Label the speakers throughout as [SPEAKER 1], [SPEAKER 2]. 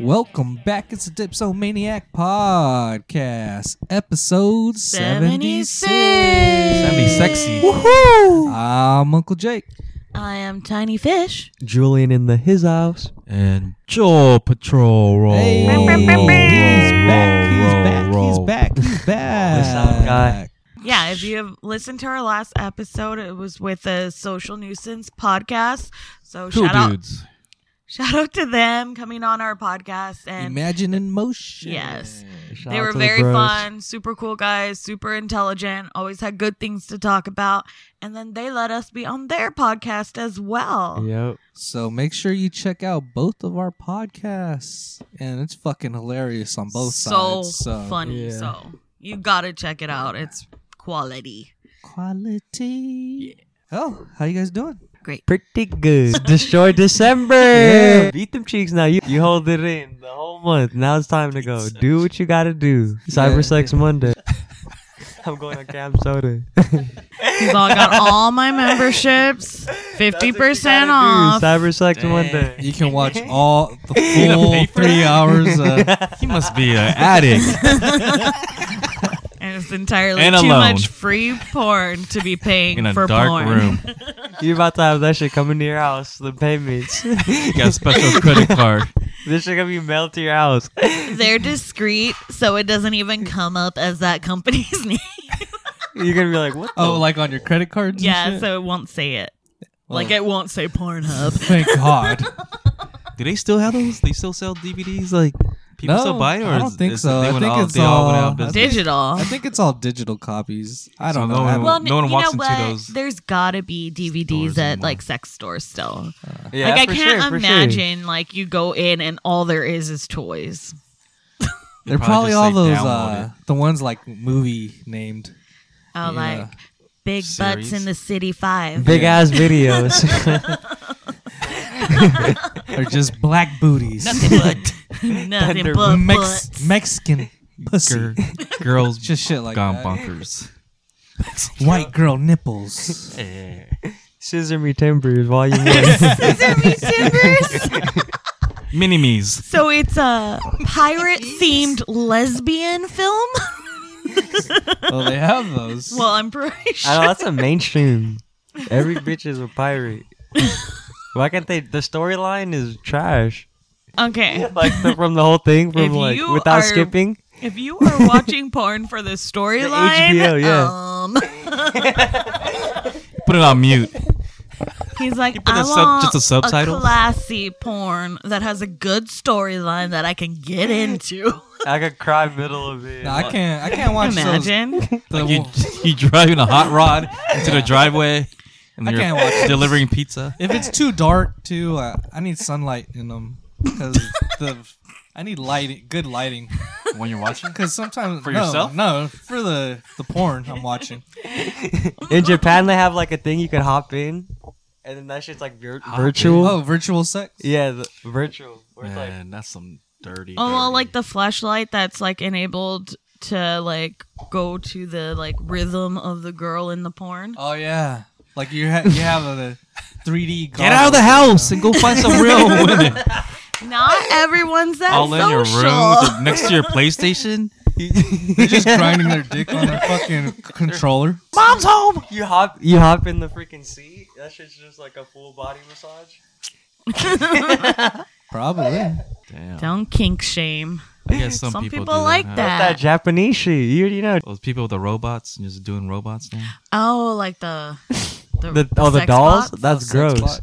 [SPEAKER 1] Welcome back. It's the Dipsomaniac Podcast, episode 76.
[SPEAKER 2] 76.
[SPEAKER 3] sexy.
[SPEAKER 1] Woohoo! I'm Uncle Jake.
[SPEAKER 2] I am Tiny Fish.
[SPEAKER 4] Julian in the his house.
[SPEAKER 3] And Joel Patrol roll.
[SPEAKER 1] Hey.
[SPEAKER 3] roll, roll,
[SPEAKER 1] He's
[SPEAKER 3] roll,
[SPEAKER 1] back. He's back.
[SPEAKER 3] roll,
[SPEAKER 1] He's
[SPEAKER 3] roll.
[SPEAKER 1] back. He's back.
[SPEAKER 4] sound guy.
[SPEAKER 2] Yeah, if you have listened to our last episode, it was with the Social Nuisance podcast. So
[SPEAKER 3] Cool
[SPEAKER 2] shout out,
[SPEAKER 3] dudes.
[SPEAKER 2] shout out to them coming on our podcast, and
[SPEAKER 1] Imagine in motion.
[SPEAKER 2] yes,
[SPEAKER 4] Shout
[SPEAKER 2] they
[SPEAKER 4] out
[SPEAKER 2] were
[SPEAKER 4] to the
[SPEAKER 2] very
[SPEAKER 4] bros.
[SPEAKER 2] fun, super cool guys, super intelligent, always had good things to talk about, and then they let us be on their podcast as well.
[SPEAKER 4] Yep.
[SPEAKER 1] So make sure you check out both of our podcasts. And it's fucking hilarious on both
[SPEAKER 2] so
[SPEAKER 1] sides. So
[SPEAKER 2] funny.
[SPEAKER 4] yeah.
[SPEAKER 2] So you gotta check it out. It's quality.
[SPEAKER 1] Quality. Oh, how you guys doing?
[SPEAKER 2] Great.
[SPEAKER 4] Pretty good. Destroy December.
[SPEAKER 1] Yeah.
[SPEAKER 4] Beat them cheeks now. You, you hold it in the whole month. Now it's time to go. Do what you gotta do. Cyber
[SPEAKER 1] Yeah.
[SPEAKER 4] Sex Monday. I'm going on Cam Soda.
[SPEAKER 2] Cause I got all my memberships, fifty percent off.
[SPEAKER 4] Cyber Sex Monday.
[SPEAKER 1] You can watch all the full
[SPEAKER 3] pay for
[SPEAKER 1] three hours. Of,
[SPEAKER 3] uh, He must be an addict.
[SPEAKER 2] And it's entirely
[SPEAKER 3] And
[SPEAKER 2] too
[SPEAKER 3] alone.
[SPEAKER 2] much free porn to be paying
[SPEAKER 3] In a
[SPEAKER 2] for
[SPEAKER 3] dark
[SPEAKER 2] porn.
[SPEAKER 3] room.
[SPEAKER 4] You're about to have that shit coming to your house. The payments.
[SPEAKER 3] He got a special credit card.
[SPEAKER 4] this shit gonna be mailed to your house.
[SPEAKER 2] They're discreet, so it doesn't even come up as that company's name.
[SPEAKER 4] You're gonna be like, what? the-
[SPEAKER 1] oh, like on your credit cards? and
[SPEAKER 2] yeah,
[SPEAKER 1] shit?
[SPEAKER 2] so it won't say it. Like
[SPEAKER 1] Oh.
[SPEAKER 2] it won't say Pornhub.
[SPEAKER 1] Thank God.
[SPEAKER 3] Do they still have those? They still sell DVDs? Like people
[SPEAKER 1] No,
[SPEAKER 3] still buy it? Or
[SPEAKER 1] I don't
[SPEAKER 3] is,
[SPEAKER 1] think
[SPEAKER 3] is
[SPEAKER 1] so.
[SPEAKER 3] They
[SPEAKER 1] I
[SPEAKER 3] went
[SPEAKER 1] think
[SPEAKER 3] all,
[SPEAKER 1] it's
[SPEAKER 3] they all went out
[SPEAKER 1] all-
[SPEAKER 3] of business.
[SPEAKER 2] Digital.
[SPEAKER 1] I think it's all digital copies. I
[SPEAKER 3] So
[SPEAKER 1] don't
[SPEAKER 3] no
[SPEAKER 1] know.
[SPEAKER 3] one
[SPEAKER 1] I haven't-
[SPEAKER 3] will-
[SPEAKER 2] Well,
[SPEAKER 3] no one
[SPEAKER 2] you
[SPEAKER 3] walks
[SPEAKER 2] know
[SPEAKER 3] into
[SPEAKER 2] what?
[SPEAKER 3] those
[SPEAKER 2] There's gotta be DVDs
[SPEAKER 3] stores
[SPEAKER 2] at
[SPEAKER 3] anymore.
[SPEAKER 2] like sex stores still.
[SPEAKER 4] Yeah,
[SPEAKER 2] like I
[SPEAKER 4] for
[SPEAKER 2] can't
[SPEAKER 4] sure, for sure.
[SPEAKER 2] imagine like you go in and all there is is toys.
[SPEAKER 1] They're probably,
[SPEAKER 3] probably
[SPEAKER 1] all
[SPEAKER 3] just say
[SPEAKER 1] those uh,
[SPEAKER 3] download
[SPEAKER 1] the ones like movie named. Yeah.
[SPEAKER 2] Oh, like big butts
[SPEAKER 3] Series.
[SPEAKER 2] in the city five.
[SPEAKER 4] Big ass videos.
[SPEAKER 1] They're just black booties.
[SPEAKER 2] but nothing
[SPEAKER 4] Thunder
[SPEAKER 2] but
[SPEAKER 1] Mex-
[SPEAKER 2] butts.
[SPEAKER 1] Mexican pussy.
[SPEAKER 3] Gir- girls
[SPEAKER 1] Just shit like
[SPEAKER 3] gone
[SPEAKER 1] that.
[SPEAKER 3] bonkers.
[SPEAKER 1] White girl nipples.
[SPEAKER 4] Scissor me timbers, volume one.
[SPEAKER 3] Mini me's.
[SPEAKER 2] so it's a pirate themed lesbian film.
[SPEAKER 1] oh, they have those.
[SPEAKER 2] well, I'm pretty
[SPEAKER 4] I
[SPEAKER 2] sure.
[SPEAKER 4] know that's a mainstream. Every bitch is a pirate. Why can't they? The storyline is trash.
[SPEAKER 2] Okay,
[SPEAKER 4] Like the, from the whole thing, from
[SPEAKER 2] If
[SPEAKER 4] like
[SPEAKER 2] you
[SPEAKER 4] without
[SPEAKER 2] are-
[SPEAKER 4] skipping.
[SPEAKER 2] if you are watching porn for the storyline,
[SPEAKER 4] HBO, yeah.
[SPEAKER 2] um,
[SPEAKER 3] Put it on mute.
[SPEAKER 2] he's like,
[SPEAKER 3] put
[SPEAKER 2] I
[SPEAKER 3] a sub-
[SPEAKER 2] want
[SPEAKER 3] just the subtitles?
[SPEAKER 2] a classy porn that has a good storyline that I can get into.
[SPEAKER 4] I could cry middle of it.
[SPEAKER 1] No, I can't. I can't watch
[SPEAKER 2] Imagine.
[SPEAKER 1] those. the
[SPEAKER 3] You,
[SPEAKER 1] one-
[SPEAKER 3] you driving a hot rod into the driveway and
[SPEAKER 1] I
[SPEAKER 3] you're
[SPEAKER 1] can't watch this.
[SPEAKER 3] delivering pizza.
[SPEAKER 1] if it's too dark, too, uh, I need sunlight in them because the I need lighting, good lighting.
[SPEAKER 3] when you're watching.
[SPEAKER 1] Because sometimes
[SPEAKER 3] For
[SPEAKER 1] no,
[SPEAKER 3] yourself?
[SPEAKER 1] no, for the the porn I'm watching.
[SPEAKER 4] In Japan, they have like a thing you can hop in, and then that shit's like vir-
[SPEAKER 3] Hop in.
[SPEAKER 4] virtual.
[SPEAKER 1] Oh, virtual sex.
[SPEAKER 4] Yeah, the, virtual. Where it's like,
[SPEAKER 3] Man, that's some dirty.
[SPEAKER 2] Oh well,
[SPEAKER 3] dirty-
[SPEAKER 2] like the flashlight that's like enabled to like go to the like rhythm of the girl in the porn.
[SPEAKER 1] Oh yeah, like you ha- you have a 3D.
[SPEAKER 3] Get out of the house and go find some real women.
[SPEAKER 2] Not everyone's that
[SPEAKER 3] All in
[SPEAKER 2] social.
[SPEAKER 3] your room, next to your PlayStation.
[SPEAKER 1] They're just grinding their dick on their fucking controller.
[SPEAKER 3] Mom's home.
[SPEAKER 4] you hop, you hop in the freaking seat. That shit's just like a full body massage.
[SPEAKER 1] Probably.
[SPEAKER 3] Damn.
[SPEAKER 2] Don't kink shame.
[SPEAKER 3] I guess some,
[SPEAKER 2] Some
[SPEAKER 3] people,
[SPEAKER 2] people
[SPEAKER 3] do
[SPEAKER 2] like
[SPEAKER 3] huh?
[SPEAKER 2] that.
[SPEAKER 4] That Japanese shit, you already know.
[SPEAKER 3] Those people with the robots and just doing robots now.
[SPEAKER 2] Oh, like the the,
[SPEAKER 4] The, oh, the
[SPEAKER 2] sex
[SPEAKER 4] dolls?
[SPEAKER 2] bots?
[SPEAKER 4] That's gross.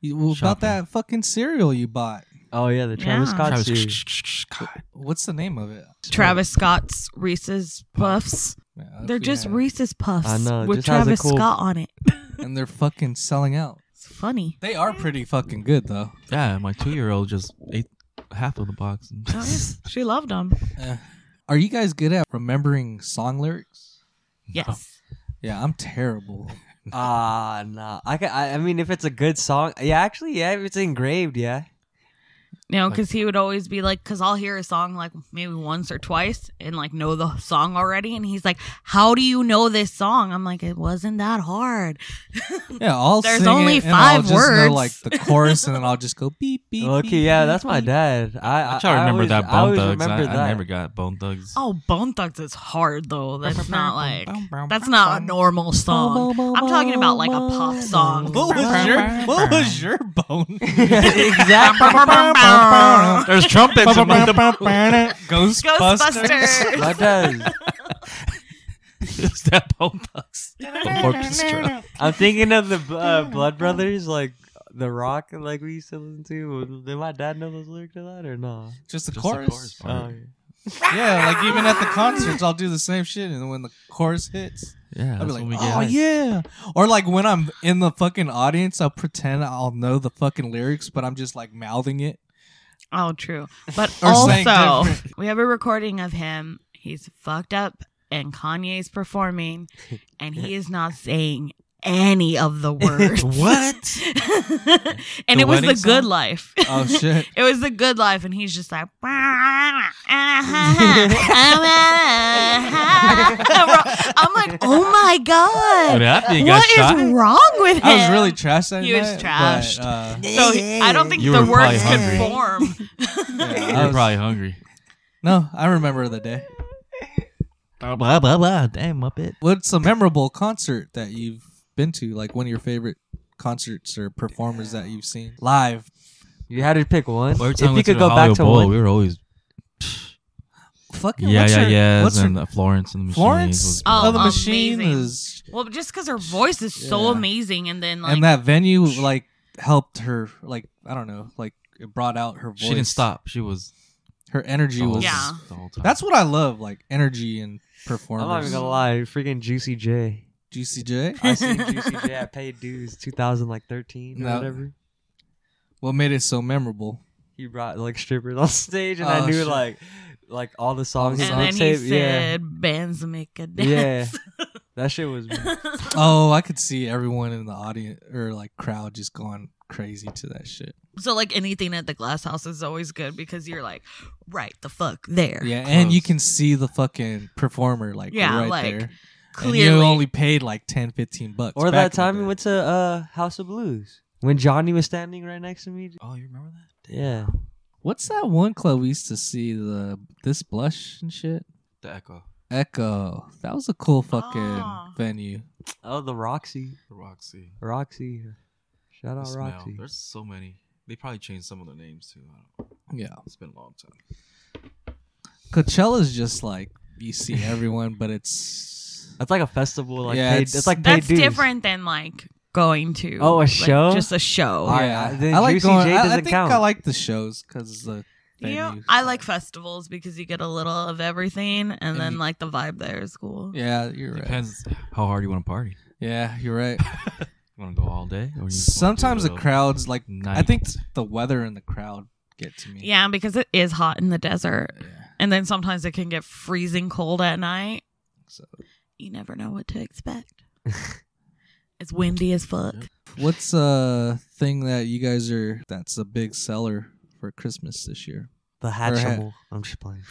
[SPEAKER 1] You, well, about
[SPEAKER 3] Shopping.
[SPEAKER 1] that fucking cereal you bought.
[SPEAKER 4] Oh yeah, the Travis
[SPEAKER 2] Yeah.
[SPEAKER 4] Scott
[SPEAKER 3] Travis-
[SPEAKER 4] series.
[SPEAKER 3] God.
[SPEAKER 1] What's the name of it?
[SPEAKER 2] Travis Scott's Reese's Puffs.
[SPEAKER 1] Yeah, if
[SPEAKER 2] They're
[SPEAKER 1] we
[SPEAKER 2] just
[SPEAKER 1] had-
[SPEAKER 2] Reese's Puffs
[SPEAKER 4] I know, it
[SPEAKER 2] with
[SPEAKER 4] just has a
[SPEAKER 2] Travis
[SPEAKER 4] cool-
[SPEAKER 2] Scott on it.
[SPEAKER 1] and they're fucking selling out.
[SPEAKER 2] It's funny.
[SPEAKER 1] They are pretty fucking good though.
[SPEAKER 3] Yeah, my two-year-old just ate half of the box. And
[SPEAKER 2] Oh, yeah. She loved them.
[SPEAKER 4] Oh.
[SPEAKER 1] Are you guys good at remembering song lyrics?
[SPEAKER 2] Yes.
[SPEAKER 1] Yeah, I'm terrible.
[SPEAKER 4] Ah, nah. I, ca- I I mean, if it's a good song, yeah. Actually, yeah. If it's engraved, yeah.
[SPEAKER 2] You know, because he would always be like, because I'll hear a song like maybe once or twice and like know the song already. And he's like, How do you know this song? I'm like, It wasn't that hard.
[SPEAKER 1] Yeah, I'll
[SPEAKER 2] There's
[SPEAKER 1] sing it,
[SPEAKER 2] only
[SPEAKER 1] and I'll
[SPEAKER 2] five
[SPEAKER 1] just
[SPEAKER 2] words.
[SPEAKER 1] know like the chorus, and then I'll just go beep beep. beep,
[SPEAKER 4] Okay, yeah,
[SPEAKER 1] beep,
[SPEAKER 4] that's my
[SPEAKER 1] beep.
[SPEAKER 4] dad. I
[SPEAKER 3] I try to
[SPEAKER 4] I
[SPEAKER 3] remember
[SPEAKER 4] always-
[SPEAKER 3] that
[SPEAKER 4] I
[SPEAKER 3] Bone
[SPEAKER 4] always
[SPEAKER 3] Thugs. I,
[SPEAKER 4] remember that.
[SPEAKER 3] I never got Bone Thugs.
[SPEAKER 2] Oh, Bone Thugs is hard though. That's not like, that's not a normal song. I'm talking about like a pop song.
[SPEAKER 1] What was your What was your bone? Oh.
[SPEAKER 2] Exactly.
[SPEAKER 3] There's trumpets among the
[SPEAKER 1] Ghostbusters.
[SPEAKER 2] Ghostbusters.
[SPEAKER 4] my dad.
[SPEAKER 3] Is that Bone Thugs? orchestra.
[SPEAKER 4] I'm thinking of the uh, Blood Brothers, like the rock, like we used to listen to. Did my dad know those lyrics to that or no?
[SPEAKER 1] Just the
[SPEAKER 3] Just the
[SPEAKER 1] chorus.
[SPEAKER 3] chorus part.
[SPEAKER 4] Oh,
[SPEAKER 1] Yeah, like even at the concerts, I'll do the same shit, and then when the chorus hits,
[SPEAKER 3] Yeah,
[SPEAKER 1] I'll
[SPEAKER 3] that's
[SPEAKER 1] be
[SPEAKER 3] when we
[SPEAKER 1] like,
[SPEAKER 3] get.
[SPEAKER 1] "Oh
[SPEAKER 3] high.
[SPEAKER 1] yeah!" Or like when I'm in the fucking audience, I'll pretend I'll know the fucking lyrics, but I'm just like mouthing it.
[SPEAKER 2] Oh, true. But
[SPEAKER 1] Or something
[SPEAKER 2] also, we have a recording of him. He's fucked up, and Kanye's performing, and he is not saying any of the words.
[SPEAKER 3] What?
[SPEAKER 2] and
[SPEAKER 3] The
[SPEAKER 2] it was the
[SPEAKER 3] wedding
[SPEAKER 2] good
[SPEAKER 3] song?
[SPEAKER 2] life.
[SPEAKER 1] Oh shit!
[SPEAKER 2] It was the good life, and he's just like, I'm like, oh my
[SPEAKER 3] I
[SPEAKER 2] god,
[SPEAKER 3] mean, after you got
[SPEAKER 2] what is
[SPEAKER 3] shot,
[SPEAKER 2] wrong with him?
[SPEAKER 1] I was really trashed that
[SPEAKER 2] He
[SPEAKER 1] night.
[SPEAKER 2] was
[SPEAKER 1] but,
[SPEAKER 2] trashed.
[SPEAKER 1] uh,
[SPEAKER 2] So he- I don't think
[SPEAKER 3] You
[SPEAKER 2] the
[SPEAKER 3] were probably
[SPEAKER 2] words could
[SPEAKER 3] hungry.
[SPEAKER 2] form.
[SPEAKER 1] yeah,
[SPEAKER 3] you
[SPEAKER 1] I
[SPEAKER 3] were
[SPEAKER 1] was-
[SPEAKER 3] probably hungry.
[SPEAKER 1] no, I remember the day. Oh,
[SPEAKER 3] Blah blah blah. blah. Damn, Muppet.
[SPEAKER 1] What's a memorable concert that you've been to? Like one of your favorite concerts or performers that you've seen live?
[SPEAKER 4] You had to pick one.
[SPEAKER 3] Every
[SPEAKER 4] If
[SPEAKER 3] time we
[SPEAKER 4] you could
[SPEAKER 3] go
[SPEAKER 4] go back to
[SPEAKER 3] Bowl,
[SPEAKER 4] one,
[SPEAKER 3] we were always
[SPEAKER 1] Fucking
[SPEAKER 3] yeah
[SPEAKER 1] what's
[SPEAKER 3] yeah
[SPEAKER 1] her-
[SPEAKER 3] yeah.
[SPEAKER 1] What's her
[SPEAKER 3] and uh, Florence and the Machines
[SPEAKER 1] Florence
[SPEAKER 3] was-
[SPEAKER 1] of the
[SPEAKER 2] Oh,
[SPEAKER 1] Machine
[SPEAKER 2] amazing.
[SPEAKER 1] is,
[SPEAKER 2] well, just because her voice is so
[SPEAKER 1] Yeah.
[SPEAKER 2] amazing, and then like
[SPEAKER 1] and that venue like helped her. Like I don't know, like it brought out her voice.
[SPEAKER 3] she didn't stop. Oh, She was
[SPEAKER 1] Her energy
[SPEAKER 3] the whole-
[SPEAKER 1] was.
[SPEAKER 2] Yeah.
[SPEAKER 3] the whole time.
[SPEAKER 1] That's what I love, like energy and
[SPEAKER 4] I'm not even
[SPEAKER 1] performance.
[SPEAKER 4] gonna lie. Freaking Juicy J.
[SPEAKER 1] GCJ.
[SPEAKER 4] I seen Juicy J. I paid dues 2013 or
[SPEAKER 1] No.
[SPEAKER 4] whatever.
[SPEAKER 1] What made it so memorable?
[SPEAKER 4] He brought like strippers on stage, and I
[SPEAKER 1] Oh,
[SPEAKER 4] knew
[SPEAKER 1] shit.
[SPEAKER 4] like like all the songs.
[SPEAKER 2] and
[SPEAKER 4] on
[SPEAKER 2] then he
[SPEAKER 4] tape. yeah.
[SPEAKER 2] said, "Bands make a
[SPEAKER 4] Yeah.
[SPEAKER 2] dance."
[SPEAKER 4] That shit was.
[SPEAKER 1] Oh, I could see everyone in the audience or like crowd just going crazy to that shit.
[SPEAKER 2] so like anything at the glass house is always good because you're like right the fuck there.
[SPEAKER 1] Yeah, and you
[SPEAKER 3] Close.
[SPEAKER 1] can see the fucking performer like
[SPEAKER 2] Yeah,
[SPEAKER 1] right
[SPEAKER 2] like,
[SPEAKER 1] there.
[SPEAKER 2] Clearly.
[SPEAKER 1] And you only paid like 10, 15 bucks.
[SPEAKER 4] Or
[SPEAKER 1] back
[SPEAKER 4] that
[SPEAKER 1] in the
[SPEAKER 4] time we
[SPEAKER 1] day.
[SPEAKER 4] went to uh, House of Blues when Johnny was standing right next to me.
[SPEAKER 3] Oh, you remember that?
[SPEAKER 4] Yeah.
[SPEAKER 1] What's that one club we used to see the this blush and shit?
[SPEAKER 3] The Echo,
[SPEAKER 1] Echo. That was a cool fucking
[SPEAKER 2] Oh.
[SPEAKER 1] venue.
[SPEAKER 4] Oh, the Roxy.
[SPEAKER 3] the Roxy,
[SPEAKER 4] Roxy. Shout
[SPEAKER 3] the
[SPEAKER 4] out
[SPEAKER 3] Smell.
[SPEAKER 4] Roxy.
[SPEAKER 3] There's so many. They probably changed some of their names too. I don't know.
[SPEAKER 1] Yeah.
[SPEAKER 3] It's been a long time.
[SPEAKER 1] Coachella's just like you see everyone, but it's
[SPEAKER 4] That's like a festival. Like
[SPEAKER 1] Yeah,
[SPEAKER 4] paid,
[SPEAKER 1] it's-
[SPEAKER 4] it's, like paid
[SPEAKER 2] That's
[SPEAKER 4] dues.
[SPEAKER 2] different than like going to
[SPEAKER 4] Oh, a
[SPEAKER 2] like,
[SPEAKER 4] show?
[SPEAKER 2] just a show.
[SPEAKER 4] All right,
[SPEAKER 1] yeah.
[SPEAKER 4] uh, then
[SPEAKER 1] I like
[SPEAKER 4] Juicy
[SPEAKER 1] going.
[SPEAKER 4] J
[SPEAKER 1] I, I
[SPEAKER 4] doesn't
[SPEAKER 1] think
[SPEAKER 4] count.
[SPEAKER 1] I like the shows because the
[SPEAKER 2] You know,
[SPEAKER 1] venues,
[SPEAKER 2] I like festivals because you get a little of everything, and, then like the vibe there is cool.
[SPEAKER 1] Yeah, you're right.
[SPEAKER 3] Depends how hard you want to party.
[SPEAKER 1] Yeah, you're right.
[SPEAKER 3] You want to go all day? Or you just wanna do
[SPEAKER 1] Sometimes
[SPEAKER 3] a
[SPEAKER 1] the
[SPEAKER 3] little
[SPEAKER 1] crowds like I
[SPEAKER 3] night?
[SPEAKER 1] think the weather and the crowd get to me.
[SPEAKER 2] Yeah, because it is hot in the desert,
[SPEAKER 1] Yeah.
[SPEAKER 2] and then sometimes it can get freezing cold at night.
[SPEAKER 1] So
[SPEAKER 2] You never know what to expect. it's windy as fuck.
[SPEAKER 1] what's a thing that you guys are that's a big seller for Christmas this year?
[SPEAKER 4] The Hatchimal. I'm just playing.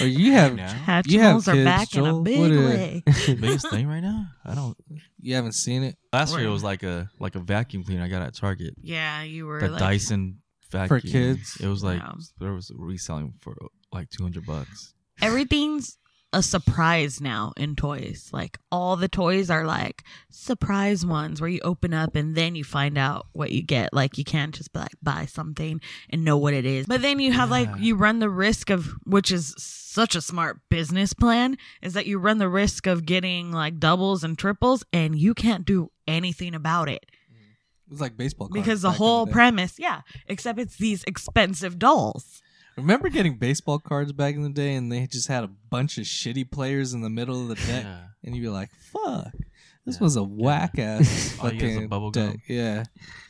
[SPEAKER 1] Or you have
[SPEAKER 3] now?
[SPEAKER 1] You have
[SPEAKER 2] Hatchimals are
[SPEAKER 1] kids,
[SPEAKER 2] back in
[SPEAKER 1] Joel.
[SPEAKER 2] a big
[SPEAKER 1] What a-
[SPEAKER 2] way.
[SPEAKER 3] the biggest thing right now? I don't.
[SPEAKER 1] you haven't seen it
[SPEAKER 3] Last year it was like a like a vacuum cleaner I got at Target.
[SPEAKER 2] Yeah, you were
[SPEAKER 3] The
[SPEAKER 2] like
[SPEAKER 3] Dyson vacuum
[SPEAKER 1] kids?
[SPEAKER 3] It was like
[SPEAKER 2] Wow.
[SPEAKER 3] there was reselling for like two hundred bucks.
[SPEAKER 2] everything's a surprise now in toys. Like all the toys are like surprise ones where you open up and then you find out what you get. Like you can't just like buy something and know what it is. But then you have like
[SPEAKER 3] Yeah.
[SPEAKER 2] you run the risk of which is such a smart business plan is that you run the risk of getting like doubles and triples and you can't do anything about it
[SPEAKER 1] It was like baseball cards
[SPEAKER 2] because the
[SPEAKER 1] back in
[SPEAKER 2] whole
[SPEAKER 1] day.
[SPEAKER 2] premise, yeah, except it's these expensive dolls.
[SPEAKER 1] Remember getting baseball cards back in the day and they just had a bunch of shitty players in the middle of the deck
[SPEAKER 3] Yeah.
[SPEAKER 1] and you'd be like, "Fuck. This
[SPEAKER 3] Yeah.
[SPEAKER 1] was a whack ass
[SPEAKER 3] All you get is a
[SPEAKER 1] fucking
[SPEAKER 3] bubble
[SPEAKER 1] deck."
[SPEAKER 3] gum.
[SPEAKER 1] Yeah.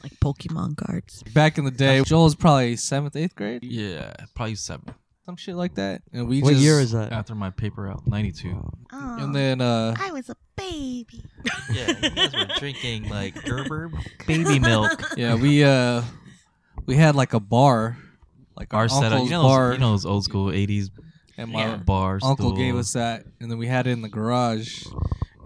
[SPEAKER 2] like Pokemon cards.
[SPEAKER 1] Back in the day, Joel's probably 7th, 8th grade,
[SPEAKER 3] Yeah, probably seven.
[SPEAKER 1] some shit like that. And we
[SPEAKER 4] what
[SPEAKER 1] just
[SPEAKER 4] year is that?
[SPEAKER 3] After my paper out, ninety two.
[SPEAKER 2] Oh,
[SPEAKER 1] And then uh
[SPEAKER 2] I was a baby.
[SPEAKER 3] Yeah, you guys were drinking like Gerber baby milk.
[SPEAKER 1] yeah, we uh we had like a bar like
[SPEAKER 3] Our
[SPEAKER 1] our
[SPEAKER 3] setup,
[SPEAKER 1] uncle's
[SPEAKER 3] you know,
[SPEAKER 1] bar,
[SPEAKER 3] those, you know those old school '80s
[SPEAKER 1] and my
[SPEAKER 2] Yeah.
[SPEAKER 3] bar
[SPEAKER 1] uncle
[SPEAKER 3] stool.
[SPEAKER 1] gave us that, and then we had it in the garage,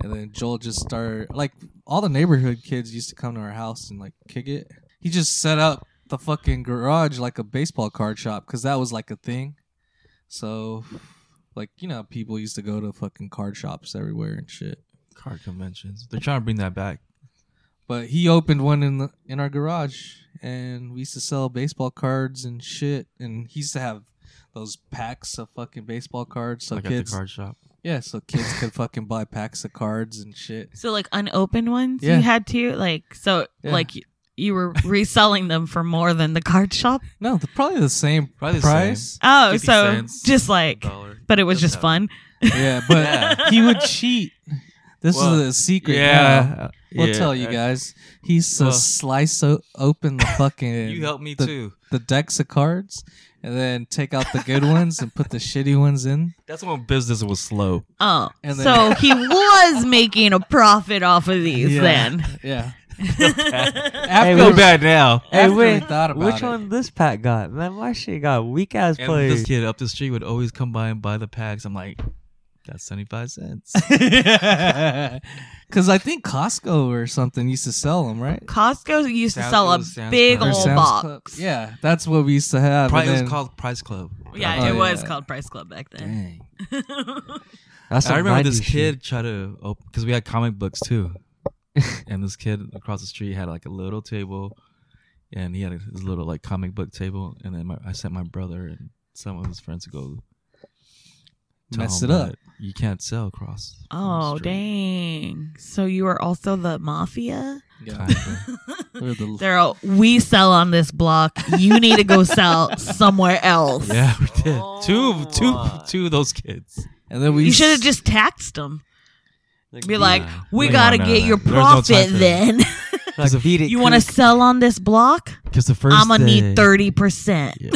[SPEAKER 1] and then Joel just started like all the neighborhood kids used to come to our house and like kick it. He just set up the fucking garage like a baseball card shop because that was like a thing. So, like you know, people used to go to fucking card shops everywhere and shit.
[SPEAKER 3] card conventions. They're trying to bring that back.
[SPEAKER 1] But he opened one in the in our garage, and we used to sell baseball cards and shit. And he used to have those packs of fucking baseball cards, so
[SPEAKER 3] like at
[SPEAKER 1] kids,
[SPEAKER 3] the card shop.
[SPEAKER 1] yeah, so kids could fucking buy packs of cards and shit.
[SPEAKER 2] So like unopened ones
[SPEAKER 1] Yeah.
[SPEAKER 2] you had to like so
[SPEAKER 1] Yeah.
[SPEAKER 2] like y- you were reselling them for more than the card shop.
[SPEAKER 1] No, the, probably the same
[SPEAKER 3] Probably the
[SPEAKER 1] price.
[SPEAKER 2] Oh,
[SPEAKER 3] 50
[SPEAKER 2] so
[SPEAKER 3] cents,
[SPEAKER 2] just like
[SPEAKER 3] Dollar.
[SPEAKER 2] but it was just fun.
[SPEAKER 1] yeah, but
[SPEAKER 3] Yeah.
[SPEAKER 1] he would cheat. This
[SPEAKER 3] Well,
[SPEAKER 1] is a secret. now.
[SPEAKER 3] Yeah, uh,
[SPEAKER 1] We'll
[SPEAKER 3] Yeah.
[SPEAKER 1] tell you guys. He used to
[SPEAKER 3] Well-
[SPEAKER 1] slice o- open the fucking
[SPEAKER 3] You helped me
[SPEAKER 1] the,
[SPEAKER 3] too.
[SPEAKER 1] the decks of cards, and then take out the good ones and put the shitty ones in.
[SPEAKER 3] That's when business was slow.
[SPEAKER 2] Oh.
[SPEAKER 1] And
[SPEAKER 2] so he was making a profit off of these
[SPEAKER 1] Yeah.
[SPEAKER 2] then.
[SPEAKER 1] Yeah.
[SPEAKER 4] Hey,
[SPEAKER 1] After,
[SPEAKER 4] we-
[SPEAKER 3] Feel bad now.
[SPEAKER 1] after we
[SPEAKER 4] wait,
[SPEAKER 1] thought about it.
[SPEAKER 4] Which one this pack got? Man, my shit got weak ass
[SPEAKER 3] And
[SPEAKER 4] plays.
[SPEAKER 3] this kid up the street would always come by and buy the packs. I'm like, that's seventy five cents.
[SPEAKER 1] Because I think Costco or something used to sell them, right?
[SPEAKER 2] Costco used to
[SPEAKER 3] Sound-
[SPEAKER 2] sell
[SPEAKER 3] it
[SPEAKER 2] a
[SPEAKER 3] was Sam's
[SPEAKER 2] big
[SPEAKER 3] Club.
[SPEAKER 1] Or
[SPEAKER 2] old
[SPEAKER 1] Sam's
[SPEAKER 2] box.
[SPEAKER 1] Club. Yeah, that's what we used to have.
[SPEAKER 3] Probably
[SPEAKER 1] and
[SPEAKER 3] it
[SPEAKER 1] then-
[SPEAKER 3] was called Price Club.
[SPEAKER 2] Yeah,
[SPEAKER 1] Oh,
[SPEAKER 2] it was
[SPEAKER 1] yeah.
[SPEAKER 2] called Price Club back then.
[SPEAKER 4] Dang. That's
[SPEAKER 3] I
[SPEAKER 4] some
[SPEAKER 3] remember this
[SPEAKER 4] 90s shit.
[SPEAKER 3] kid tried to because we had comic books too, and this kid across the street had like a little table, and he had his little like comic book table, and then my, I sent my brother and some of his friends to go tell
[SPEAKER 1] Mess
[SPEAKER 3] him
[SPEAKER 1] it up.
[SPEAKER 3] that You can't sell across. from the
[SPEAKER 2] Oh
[SPEAKER 3] street.
[SPEAKER 2] dang! So you were also the mafia.
[SPEAKER 1] Yeah.
[SPEAKER 3] Kinda.
[SPEAKER 1] We're the-
[SPEAKER 2] They're all, we sell on this block. You need to go sell somewhere else.
[SPEAKER 3] yeah, we did. Two of two
[SPEAKER 4] Oh.
[SPEAKER 3] two of those kids.
[SPEAKER 1] and then we
[SPEAKER 2] You
[SPEAKER 1] used-
[SPEAKER 2] should have just taxed them. Be like,
[SPEAKER 3] nah.
[SPEAKER 2] we
[SPEAKER 3] No,
[SPEAKER 2] gotta
[SPEAKER 3] no,
[SPEAKER 2] get
[SPEAKER 3] no.
[SPEAKER 2] your
[SPEAKER 3] There's no time
[SPEAKER 2] profit
[SPEAKER 3] for that.
[SPEAKER 2] then.
[SPEAKER 4] Like,
[SPEAKER 3] Cause
[SPEAKER 4] beat it.
[SPEAKER 2] you want to
[SPEAKER 4] Creek.
[SPEAKER 2] sell on this block?
[SPEAKER 3] Because the 1st
[SPEAKER 2] I'm gonna
[SPEAKER 3] day-
[SPEAKER 2] need thirty percent.
[SPEAKER 3] Yeah.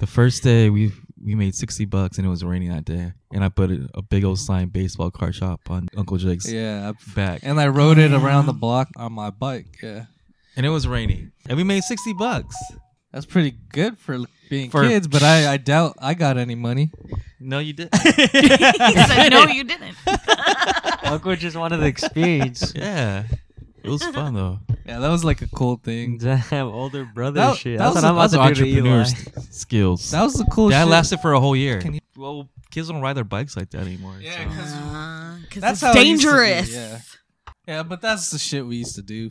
[SPEAKER 3] the first day we we made sixty bucks and it was raining that day, and I put a, a big old sign baseball card shop on Uncle Jake's
[SPEAKER 1] Yeah. I-
[SPEAKER 3] back, and,
[SPEAKER 1] And I rode it around the block on my bike. Yeah.
[SPEAKER 3] it was raining, and we made sixty bucks.
[SPEAKER 1] That's pretty good for being
[SPEAKER 3] For-
[SPEAKER 1] kids, but I, I doubt I got any money.
[SPEAKER 3] No, you did.
[SPEAKER 2] he said, "No, you didn't."
[SPEAKER 4] Uncle just wanted the experience.
[SPEAKER 3] yeah, it was fun though.
[SPEAKER 1] Yeah, that was like a cool
[SPEAKER 3] Mm.
[SPEAKER 1] thing.
[SPEAKER 4] Damn, older brother
[SPEAKER 1] That-
[SPEAKER 4] shit.
[SPEAKER 1] that
[SPEAKER 4] That's
[SPEAKER 1] was
[SPEAKER 4] what I'm
[SPEAKER 1] a-
[SPEAKER 4] about
[SPEAKER 3] That's
[SPEAKER 4] to do to Eli.
[SPEAKER 3] entrepreneurs skills.
[SPEAKER 1] That was the cool
[SPEAKER 3] that
[SPEAKER 1] shit.
[SPEAKER 3] lasted for a whole year.
[SPEAKER 1] Can you-
[SPEAKER 3] well, kids don't ride their bikes like that anymore.
[SPEAKER 1] Yeah,
[SPEAKER 3] so.
[SPEAKER 1] 'cause-
[SPEAKER 2] Because
[SPEAKER 1] That's
[SPEAKER 2] it's
[SPEAKER 1] how it used to be,
[SPEAKER 2] dangerous.
[SPEAKER 1] yeah. Yeah, but that's the shit we used to do.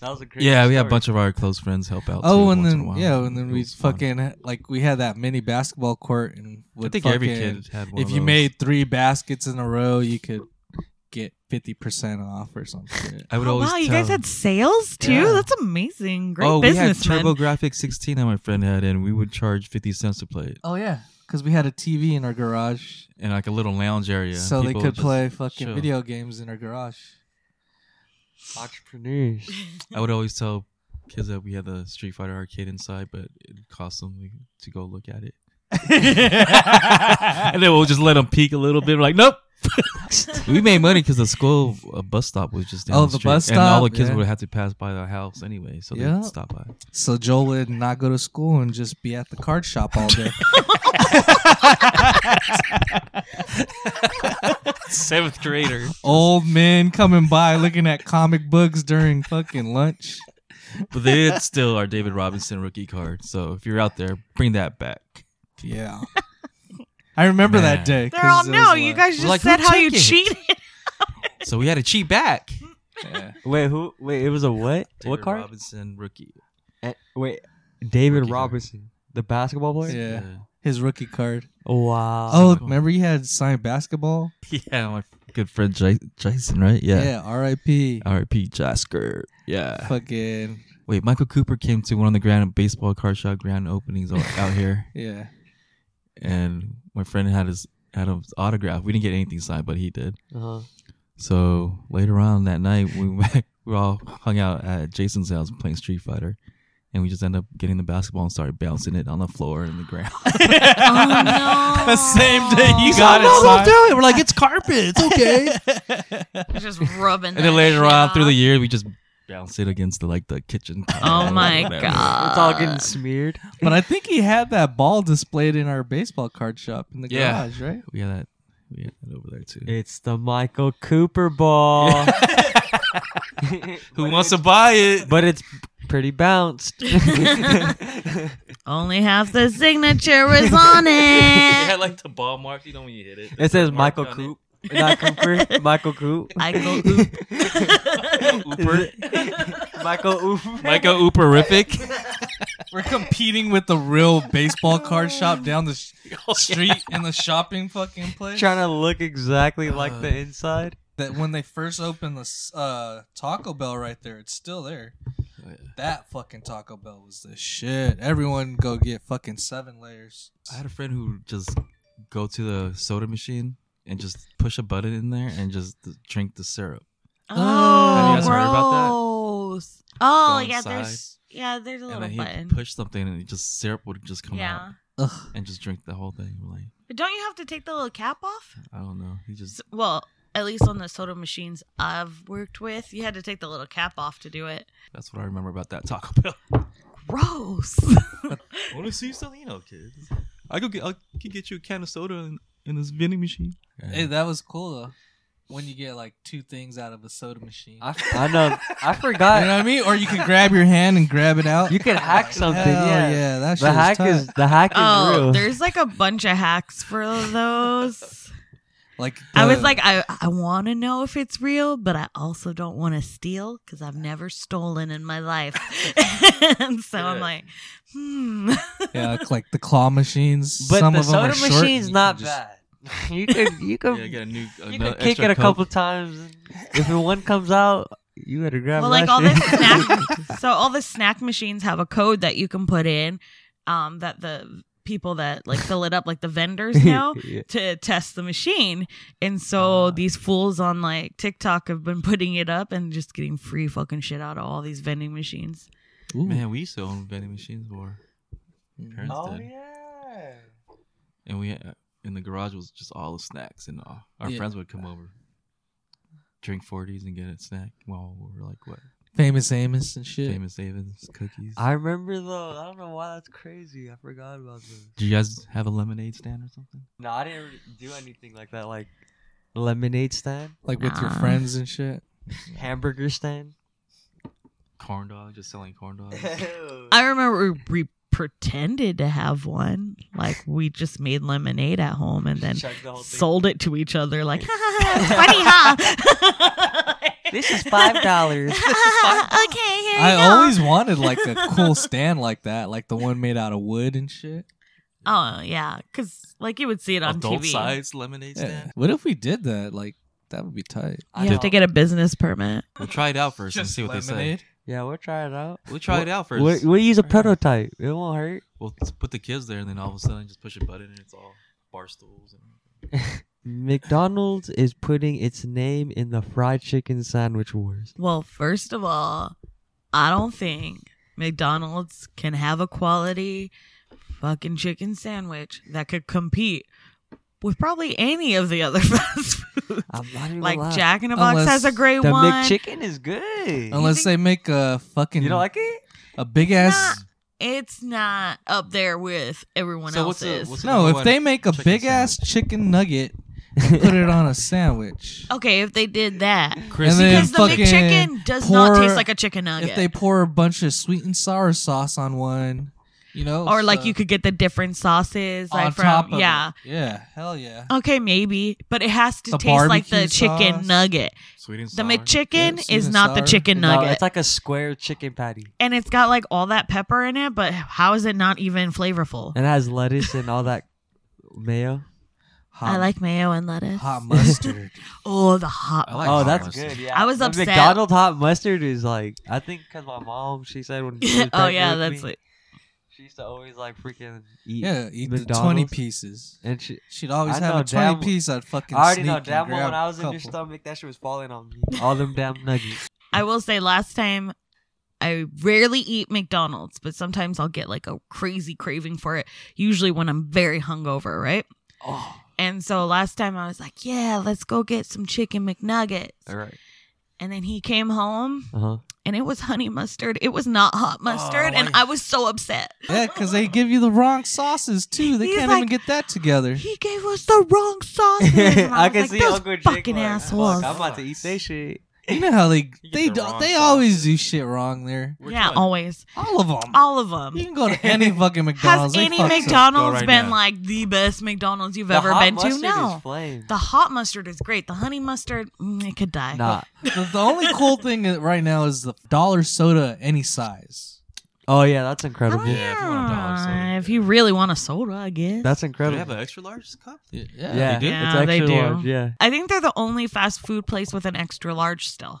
[SPEAKER 4] That was a crazy
[SPEAKER 3] yeah, we had a
[SPEAKER 4] story.
[SPEAKER 3] bunch of our close friends help out.
[SPEAKER 1] Oh,
[SPEAKER 3] too,
[SPEAKER 1] and
[SPEAKER 3] once in a
[SPEAKER 1] then
[SPEAKER 3] while.
[SPEAKER 1] yeah, and then
[SPEAKER 3] It
[SPEAKER 1] we
[SPEAKER 3] was fun.
[SPEAKER 1] fucking had- like we had that mini basketball court and
[SPEAKER 3] I
[SPEAKER 1] would
[SPEAKER 3] think
[SPEAKER 1] fucking,
[SPEAKER 3] every kid had one.
[SPEAKER 1] if
[SPEAKER 3] of
[SPEAKER 1] you
[SPEAKER 3] those.
[SPEAKER 1] made three baskets in a row, you could get fifty percent off or something.
[SPEAKER 3] I would
[SPEAKER 2] Oh,
[SPEAKER 3] always
[SPEAKER 2] wow, you guys
[SPEAKER 3] tell-
[SPEAKER 2] had sales too.
[SPEAKER 1] Yeah.
[SPEAKER 2] That's amazing. Great
[SPEAKER 3] oh,
[SPEAKER 2] business,
[SPEAKER 3] we had TurboGrafx 16 that my friend had, and we would charge 50 cents to play it,
[SPEAKER 1] oh yeah, because we had a TV in our garage,
[SPEAKER 3] in like a little lounge area. and
[SPEAKER 1] so they
[SPEAKER 3] people
[SPEAKER 1] could
[SPEAKER 3] just-
[SPEAKER 1] play fucking
[SPEAKER 3] chill.
[SPEAKER 1] video games in our garage.
[SPEAKER 4] entrepreneurs.
[SPEAKER 3] I would always tell kids that we had the Street Fighter arcade inside, but it cost them like, to go look at it. and then we'll just let them peek a little bit. We're like, nope. we made money because the school uh, bus stop was just down
[SPEAKER 1] Oh,
[SPEAKER 3] the,
[SPEAKER 1] the
[SPEAKER 3] street,
[SPEAKER 1] bus
[SPEAKER 3] and all the
[SPEAKER 1] stop,
[SPEAKER 3] kids
[SPEAKER 1] yeah.
[SPEAKER 3] would have to pass by the house anyway, so
[SPEAKER 1] Yeah.
[SPEAKER 3] they'd stop by.
[SPEAKER 1] So Joel would not go to school and just be at the card shop all day.
[SPEAKER 3] Seventh grader.
[SPEAKER 1] Old men coming by looking at comic books during fucking lunch.
[SPEAKER 3] but they did steal our David Robinson rookie card. So if you're out there, bring that back.
[SPEAKER 1] Yeah. I remember that
[SPEAKER 3] Man.
[SPEAKER 1] day.
[SPEAKER 2] They're
[SPEAKER 1] 'cause
[SPEAKER 2] all
[SPEAKER 1] it was
[SPEAKER 2] no.
[SPEAKER 1] like-
[SPEAKER 2] You guys
[SPEAKER 3] We're
[SPEAKER 2] just
[SPEAKER 3] like,
[SPEAKER 2] said
[SPEAKER 3] "Who
[SPEAKER 2] how you
[SPEAKER 3] took it?"
[SPEAKER 2] cheated.
[SPEAKER 3] So we had to cheat back.
[SPEAKER 1] Yeah.
[SPEAKER 4] Wait, who? Wait, it was a what? what
[SPEAKER 3] David
[SPEAKER 4] card?
[SPEAKER 3] Robinson rookie.
[SPEAKER 4] Eh, wait,
[SPEAKER 3] Rookie
[SPEAKER 4] David
[SPEAKER 3] card.
[SPEAKER 4] Robertson, the basketball player.
[SPEAKER 1] Yeah. His rookie card.
[SPEAKER 4] Wow.
[SPEAKER 1] Oh,
[SPEAKER 3] cool.
[SPEAKER 1] remember he had signed basketball?
[SPEAKER 3] Yeah, yeah my good friend J- Jason, right? Yeah.
[SPEAKER 1] R.I.P.
[SPEAKER 3] R.I.P. Jasker. Yeah.
[SPEAKER 1] Fucking
[SPEAKER 3] Wait, Michael Cooper came to one of the grand baseball card shop grand openings o- out here,
[SPEAKER 1] yeah.
[SPEAKER 3] and my friend had his had his autograph. We didn't get anything signed, but he did.
[SPEAKER 4] Uh-huh.
[SPEAKER 3] So later on that night, we went- we all hung out at Jason's house playing Street Fighter, and we just ended up getting the basketball and started bouncing it on the floor and the ground.
[SPEAKER 2] Oh, no.
[SPEAKER 1] The same day you
[SPEAKER 2] He's
[SPEAKER 1] got
[SPEAKER 2] like,
[SPEAKER 1] it. signed.
[SPEAKER 3] do it. We're like, it's carpet. It's okay.
[SPEAKER 2] Just rubbing.
[SPEAKER 3] and then
[SPEAKER 2] that
[SPEAKER 3] later
[SPEAKER 2] shit
[SPEAKER 3] on
[SPEAKER 2] off.
[SPEAKER 3] through the year, we just bounced it against the like the kitchen.
[SPEAKER 2] Oh my
[SPEAKER 4] It's all getting
[SPEAKER 2] god.
[SPEAKER 4] smeared.
[SPEAKER 1] But I think he had that ball displayed in our baseball card shop in the
[SPEAKER 3] Yeah.
[SPEAKER 1] garage, right?
[SPEAKER 3] We had that. We had that over there too.
[SPEAKER 4] It's the Michael Cooper ball.
[SPEAKER 3] Who wants to buy it?
[SPEAKER 4] but it's pretty bounced.
[SPEAKER 2] Only half the signature was on
[SPEAKER 3] It
[SPEAKER 2] it.
[SPEAKER 3] had like the ball mark, you know, when you hit it.
[SPEAKER 4] It says Michael
[SPEAKER 3] Mark on
[SPEAKER 4] Coop. Not Cooper. Michael Coop.
[SPEAKER 2] Michael Oop.
[SPEAKER 4] Michael Oof.
[SPEAKER 3] Michael Ooperific.
[SPEAKER 1] We're competing with the real baseball card shop down the sh- street in the shopping fucking place.
[SPEAKER 4] Trying to look exactly like
[SPEAKER 3] Uh.
[SPEAKER 4] the inside.
[SPEAKER 1] that when they first opened the s- uh, Taco Bell right there, it's still there.
[SPEAKER 3] Oh, yeah.
[SPEAKER 1] That fucking Taco Bell was the shit. Everyone go get fucking seven layers.
[SPEAKER 3] I had a friend who would just go to the soda machine and just push a button in there and just drink the syrup.
[SPEAKER 2] Oh,
[SPEAKER 3] Have you guys heard about that?
[SPEAKER 2] gross. Oh,
[SPEAKER 3] Go
[SPEAKER 2] yeah,
[SPEAKER 3] inside.
[SPEAKER 2] there's yeah, there's a
[SPEAKER 3] and
[SPEAKER 2] little
[SPEAKER 3] then
[SPEAKER 2] button.
[SPEAKER 3] he'd push something and it just syrup would just come
[SPEAKER 2] yeah.
[SPEAKER 3] out
[SPEAKER 1] Ugh.
[SPEAKER 3] and just drink the whole thing. I'm like,
[SPEAKER 2] But don't you have to take the little cap off?
[SPEAKER 3] I don't know. He just
[SPEAKER 2] S- Well, at least on the soda machines I've worked with, you had to take the little cap off to do it.
[SPEAKER 3] that's what I remember about that Taco Bell.
[SPEAKER 2] Gross.
[SPEAKER 3] want to see something, you know, kids. I go get I can get you a can of soda in, in this vending machine.
[SPEAKER 1] Hey, that was cool though. When you get like two things out of a soda machine.
[SPEAKER 4] I, I know. I
[SPEAKER 1] you know
[SPEAKER 4] forgot.
[SPEAKER 1] what I mean? Or you can grab your hand and grab it out.
[SPEAKER 4] You can hack something.
[SPEAKER 1] Hell
[SPEAKER 4] yeah.
[SPEAKER 1] yeah, that shit
[SPEAKER 4] The
[SPEAKER 1] was
[SPEAKER 4] hack
[SPEAKER 1] tight.
[SPEAKER 4] is the hack is
[SPEAKER 2] oh,
[SPEAKER 4] real.
[SPEAKER 2] there's like a bunch of hacks for those.
[SPEAKER 1] like
[SPEAKER 2] I was
[SPEAKER 1] the-
[SPEAKER 2] like, I, I want to know if it's real, but I also don't want to steal because I've never stolen in my life. and so I'm
[SPEAKER 3] Yeah.
[SPEAKER 2] like, hmm.
[SPEAKER 1] yeah, it's like the claw machines.
[SPEAKER 4] But
[SPEAKER 1] Some
[SPEAKER 4] the
[SPEAKER 1] of them
[SPEAKER 4] soda
[SPEAKER 1] are short and
[SPEAKER 4] machine's
[SPEAKER 1] you
[SPEAKER 4] not
[SPEAKER 1] can just-
[SPEAKER 4] bad. You could you could
[SPEAKER 3] Yeah, get a new
[SPEAKER 4] um, you
[SPEAKER 3] another
[SPEAKER 4] could kick
[SPEAKER 3] extra
[SPEAKER 4] it a
[SPEAKER 3] Coke.
[SPEAKER 4] couple times. and If it one comes out, you better grab.
[SPEAKER 2] well,
[SPEAKER 4] that
[SPEAKER 2] like all the
[SPEAKER 4] shit.
[SPEAKER 2] snack, so all the snack machines have a code that you can put in, um, that the people that like fill it up, like the vendors know.
[SPEAKER 4] Yeah.
[SPEAKER 2] To test the machine. And so these fools on like TikTok have been putting it up and just getting free fucking shit out of all these vending machines.
[SPEAKER 1] Ooh.
[SPEAKER 3] Man, we used to own vending machines before. Parents
[SPEAKER 4] Oh
[SPEAKER 3] did.
[SPEAKER 4] yeah.
[SPEAKER 3] And we uh, in the garage was just all the snacks, and uh, our
[SPEAKER 1] Yeah.
[SPEAKER 3] friends would come over, drink forties, and get a snack while we were like what
[SPEAKER 1] Famous Amos and shit.
[SPEAKER 3] famous Avens cookies.
[SPEAKER 4] I remember though. I don't know why that's crazy. I forgot about that.
[SPEAKER 3] Do you guys have a lemonade stand or something?
[SPEAKER 4] No, I didn't really do anything like that. Like lemonade stand,
[SPEAKER 1] Like with your
[SPEAKER 2] Nah.
[SPEAKER 1] friends and shit.
[SPEAKER 4] hamburger stand.
[SPEAKER 3] Corn dog, just selling corn dogs.
[SPEAKER 2] I remember we pretended to have one. Like we just made lemonade at home and then
[SPEAKER 4] Chuck the whole thing.
[SPEAKER 2] sold it to each other. Like, "Ha, ha, ha, it's funny, huh?
[SPEAKER 4] This is five dollars.
[SPEAKER 2] okay, here you
[SPEAKER 1] I
[SPEAKER 2] go.
[SPEAKER 1] always wanted like a cool stand like that, like the one made out of wood and shit.
[SPEAKER 2] Oh yeah, because like you would see it on
[SPEAKER 3] Adult
[SPEAKER 2] TV.
[SPEAKER 3] size lemonade
[SPEAKER 1] Yeah.
[SPEAKER 3] stand.
[SPEAKER 1] What if we did that? Like that would be tight.
[SPEAKER 2] You have to get a business permit.
[SPEAKER 3] We'll try it out first and see what they say.
[SPEAKER 4] Yeah, we'll try it out.
[SPEAKER 3] We'll try it out first.
[SPEAKER 4] We'll, we'll use a
[SPEAKER 3] Alright.
[SPEAKER 4] prototype. It won't hurt.
[SPEAKER 3] We'll s- put the kids there, and then all of a sudden, just push a button, and it's all bar stools. And
[SPEAKER 4] McDonald's is putting its name in the fried chicken sandwich wars.
[SPEAKER 2] Well, first of all, I don't think McDonald's can have a quality fucking chicken sandwich that could compete with probably any of the other fast food.
[SPEAKER 4] I'm not even
[SPEAKER 2] Like
[SPEAKER 4] gonna lie.
[SPEAKER 2] Jack Oh, in the Box
[SPEAKER 1] Unless
[SPEAKER 2] has a great
[SPEAKER 4] The
[SPEAKER 2] one.
[SPEAKER 4] McChicken is good.
[SPEAKER 1] Unless
[SPEAKER 2] think-
[SPEAKER 1] they make a fucking
[SPEAKER 4] you don't like it?
[SPEAKER 1] a big ass.
[SPEAKER 2] it's not up there with everyone
[SPEAKER 3] So what's
[SPEAKER 2] else's.
[SPEAKER 3] the- what's the-
[SPEAKER 1] No, if they make a
[SPEAKER 3] Chicken
[SPEAKER 1] big ass chicken nugget, and put it on a sandwich.
[SPEAKER 2] okay, if they did that,
[SPEAKER 1] And then
[SPEAKER 2] because the
[SPEAKER 1] fucking
[SPEAKER 2] McChicken does not
[SPEAKER 1] pour-
[SPEAKER 2] taste like a chicken nugget.
[SPEAKER 1] If they pour a bunch of sweet and sour sauce on one, you know,
[SPEAKER 2] or like
[SPEAKER 1] Oh, so-
[SPEAKER 2] you could get the different sauces,
[SPEAKER 1] on
[SPEAKER 2] like from
[SPEAKER 1] top of
[SPEAKER 2] yeah. Oh,
[SPEAKER 1] it. yeah, hell yeah.
[SPEAKER 2] Okay, maybe, but it has to
[SPEAKER 1] The
[SPEAKER 2] taste like the
[SPEAKER 1] barbecue
[SPEAKER 2] chicken
[SPEAKER 1] sauce.
[SPEAKER 2] nugget.
[SPEAKER 3] sweet and
[SPEAKER 2] The
[SPEAKER 3] sour.
[SPEAKER 1] Yeah,
[SPEAKER 2] McChicken
[SPEAKER 1] sweet
[SPEAKER 2] is
[SPEAKER 1] and
[SPEAKER 2] not the
[SPEAKER 1] sour.
[SPEAKER 2] chicken nugget.
[SPEAKER 4] No, it's like a square chicken patty.
[SPEAKER 2] and it's got like all that pepper in it, but how is it not even flavorful?
[SPEAKER 4] And it has lettuce and all that mayo.
[SPEAKER 1] Hot,
[SPEAKER 2] I like mayo and lettuce.
[SPEAKER 1] hot mustard.
[SPEAKER 2] oh, the hot.
[SPEAKER 3] I like
[SPEAKER 4] oh,
[SPEAKER 3] hot
[SPEAKER 4] that's
[SPEAKER 3] mustard.
[SPEAKER 4] good. Yeah,
[SPEAKER 2] I was
[SPEAKER 4] The
[SPEAKER 2] upset.
[SPEAKER 4] McDonald's hot mustard is like I think because my mom she said when she was
[SPEAKER 2] oh
[SPEAKER 4] pregnant
[SPEAKER 2] yeah,
[SPEAKER 4] with
[SPEAKER 2] that's
[SPEAKER 4] me,
[SPEAKER 2] it.
[SPEAKER 4] She used to always like freaking eat.
[SPEAKER 1] yeah, eat the
[SPEAKER 4] McDonald's.
[SPEAKER 1] twenty pieces.
[SPEAKER 4] And she,
[SPEAKER 1] She'd always
[SPEAKER 4] I
[SPEAKER 1] have
[SPEAKER 4] know
[SPEAKER 1] a twenty
[SPEAKER 4] damn-
[SPEAKER 1] piece. I'd fucking.
[SPEAKER 4] I already know
[SPEAKER 1] sneak
[SPEAKER 4] damn
[SPEAKER 1] and
[SPEAKER 4] well
[SPEAKER 1] grab
[SPEAKER 4] when I was
[SPEAKER 1] a
[SPEAKER 4] in your
[SPEAKER 1] couple.
[SPEAKER 4] stomach, that shit was falling on me. All them damn nuggets.
[SPEAKER 2] I will say last time I rarely eat McDonald's, but sometimes I'll get like a crazy craving for it, usually when I'm very hungover, right?
[SPEAKER 4] Oh,
[SPEAKER 2] And so last time I was like, yeah, let's go get some chicken McNuggets.
[SPEAKER 4] all right.
[SPEAKER 2] And then he came home
[SPEAKER 4] Uh huh.
[SPEAKER 2] and it was honey mustard. It was not hot mustard.
[SPEAKER 5] Oh.
[SPEAKER 2] and I was so upset.
[SPEAKER 1] Yeah, because they give you the wrong sauces too. They
[SPEAKER 2] He's
[SPEAKER 1] can't even
[SPEAKER 2] like-
[SPEAKER 1] get that together.
[SPEAKER 2] He gave us the wrong sauce.
[SPEAKER 4] I can see
[SPEAKER 2] those
[SPEAKER 4] Uncle Jake
[SPEAKER 2] fucking
[SPEAKER 4] like,
[SPEAKER 2] assholes.
[SPEAKER 4] Fuck, I'm about to eat that shit.
[SPEAKER 1] You know how they
[SPEAKER 5] You get
[SPEAKER 1] they
[SPEAKER 5] the
[SPEAKER 1] do,
[SPEAKER 5] wrong
[SPEAKER 1] they
[SPEAKER 5] sauce.
[SPEAKER 1] always do shit wrong there.
[SPEAKER 5] Which
[SPEAKER 2] yeah,
[SPEAKER 5] one?
[SPEAKER 2] always.
[SPEAKER 1] All of them.
[SPEAKER 2] All of them.
[SPEAKER 1] You can go to any fucking McDonald's.
[SPEAKER 2] Has
[SPEAKER 1] they
[SPEAKER 2] any
[SPEAKER 1] fuck some-
[SPEAKER 2] McDonald's
[SPEAKER 5] right
[SPEAKER 2] been
[SPEAKER 5] now.
[SPEAKER 2] like the best McDonald's you've
[SPEAKER 4] The
[SPEAKER 2] ever
[SPEAKER 4] hot
[SPEAKER 2] been to?
[SPEAKER 4] mustard
[SPEAKER 2] No.
[SPEAKER 4] Is flame.
[SPEAKER 2] The hot mustard is great. The honey mustard, mm, it could die.
[SPEAKER 4] Nah.
[SPEAKER 1] The, the only cool thing is- right now is the dollar soda any size.
[SPEAKER 4] Oh yeah, that's
[SPEAKER 2] I
[SPEAKER 4] incredible.
[SPEAKER 2] don't
[SPEAKER 3] Yeah, if you want a dollar
[SPEAKER 2] know.
[SPEAKER 3] soda.
[SPEAKER 2] If you really want a soda, I guess.
[SPEAKER 4] That's
[SPEAKER 3] Do they have
[SPEAKER 4] incredible.
[SPEAKER 3] an extra large cup?
[SPEAKER 1] Yeah.
[SPEAKER 4] yeah,
[SPEAKER 3] They do?
[SPEAKER 4] it's
[SPEAKER 2] Yeah,
[SPEAKER 4] extra
[SPEAKER 2] they do.
[SPEAKER 4] large. Yeah.
[SPEAKER 2] I think they're the only fast food place with an extra large still.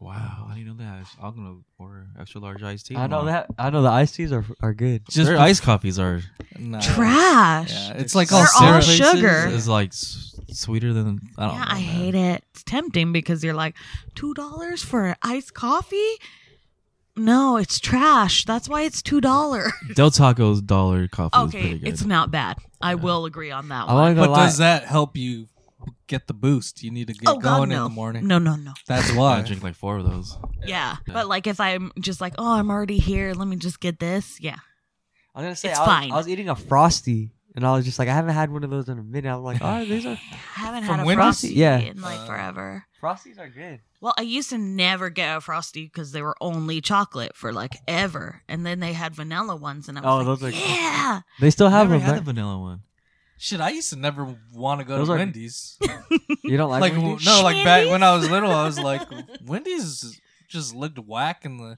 [SPEAKER 3] Wow, I didn't know that. I'm gonna order extra large iced tea.
[SPEAKER 4] I know
[SPEAKER 3] tomorrow.
[SPEAKER 4] that. I know the iced teas are are good.
[SPEAKER 1] Just
[SPEAKER 3] Their
[SPEAKER 1] bef-
[SPEAKER 3] iced coffees are
[SPEAKER 1] Nah.
[SPEAKER 2] Trash.
[SPEAKER 1] Yeah,
[SPEAKER 2] Yeah,
[SPEAKER 1] it's like
[SPEAKER 2] They're
[SPEAKER 1] all,
[SPEAKER 2] all
[SPEAKER 1] syrup.
[SPEAKER 2] sugar.
[SPEAKER 3] is like s- sweeter than I don't. know,
[SPEAKER 2] I
[SPEAKER 3] man.
[SPEAKER 2] hate it. It's tempting because you're like, $2 for an iced coffee? No, it's trash. That's why it's $2.
[SPEAKER 3] Del Taco's dollar coffee is
[SPEAKER 2] okay,
[SPEAKER 3] pretty good.
[SPEAKER 2] it's not bad. I will agree on that one.
[SPEAKER 4] I want to
[SPEAKER 1] But
[SPEAKER 4] go lie.
[SPEAKER 1] does that help you get the boost? You need to get
[SPEAKER 2] oh,
[SPEAKER 1] going
[SPEAKER 2] God,
[SPEAKER 1] in
[SPEAKER 2] no.
[SPEAKER 1] the morning.
[SPEAKER 2] No, no, no.
[SPEAKER 1] That's
[SPEAKER 3] I
[SPEAKER 1] why.
[SPEAKER 3] drink like four of those.
[SPEAKER 2] Yeah. But like if I'm just like, oh, I'm already here. Let me just get this. Yeah.
[SPEAKER 4] I'm gonna say
[SPEAKER 2] It's
[SPEAKER 4] I was,
[SPEAKER 2] fine.
[SPEAKER 4] I was eating a frosty, and I was just like, I haven't had one of those in a minute. I'm like, oh, these are
[SPEAKER 2] I haven't
[SPEAKER 1] From
[SPEAKER 2] had a
[SPEAKER 1] Wendy's?
[SPEAKER 2] frosty
[SPEAKER 4] Yeah.
[SPEAKER 2] in like
[SPEAKER 1] Uh,
[SPEAKER 2] forever.
[SPEAKER 4] frosties are good.
[SPEAKER 2] Well, I used to never get a frosty because they were only chocolate for like ever, and then they had vanilla ones, and I
[SPEAKER 4] Oh,
[SPEAKER 2] was
[SPEAKER 4] those
[SPEAKER 2] like,
[SPEAKER 4] are-
[SPEAKER 2] yeah,
[SPEAKER 4] They still
[SPEAKER 3] I
[SPEAKER 4] have
[SPEAKER 3] never
[SPEAKER 4] them.
[SPEAKER 3] had a
[SPEAKER 4] right?
[SPEAKER 3] vanilla one.
[SPEAKER 1] Shit, I used to never want to go
[SPEAKER 4] Those
[SPEAKER 1] to
[SPEAKER 4] are-
[SPEAKER 1] Wendy's.
[SPEAKER 4] You don't like,
[SPEAKER 1] like
[SPEAKER 4] Wendy's?
[SPEAKER 1] no, like back when
[SPEAKER 2] Wendy's?
[SPEAKER 1] I was little, I was like Wendy's just looked whack in the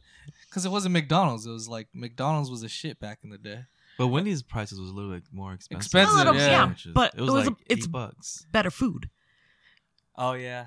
[SPEAKER 1] because it wasn't McDonald's. It was like McDonald's was a shit back in the day.
[SPEAKER 3] But Wendy's prices was a little bit more expensive.
[SPEAKER 1] Expensive, A little, yeah. yeah,
[SPEAKER 3] Sandwiches.
[SPEAKER 2] but
[SPEAKER 3] it was,
[SPEAKER 2] it was a-
[SPEAKER 3] like
[SPEAKER 2] it's-
[SPEAKER 3] eight bucks.
[SPEAKER 2] better food.
[SPEAKER 4] Oh yeah,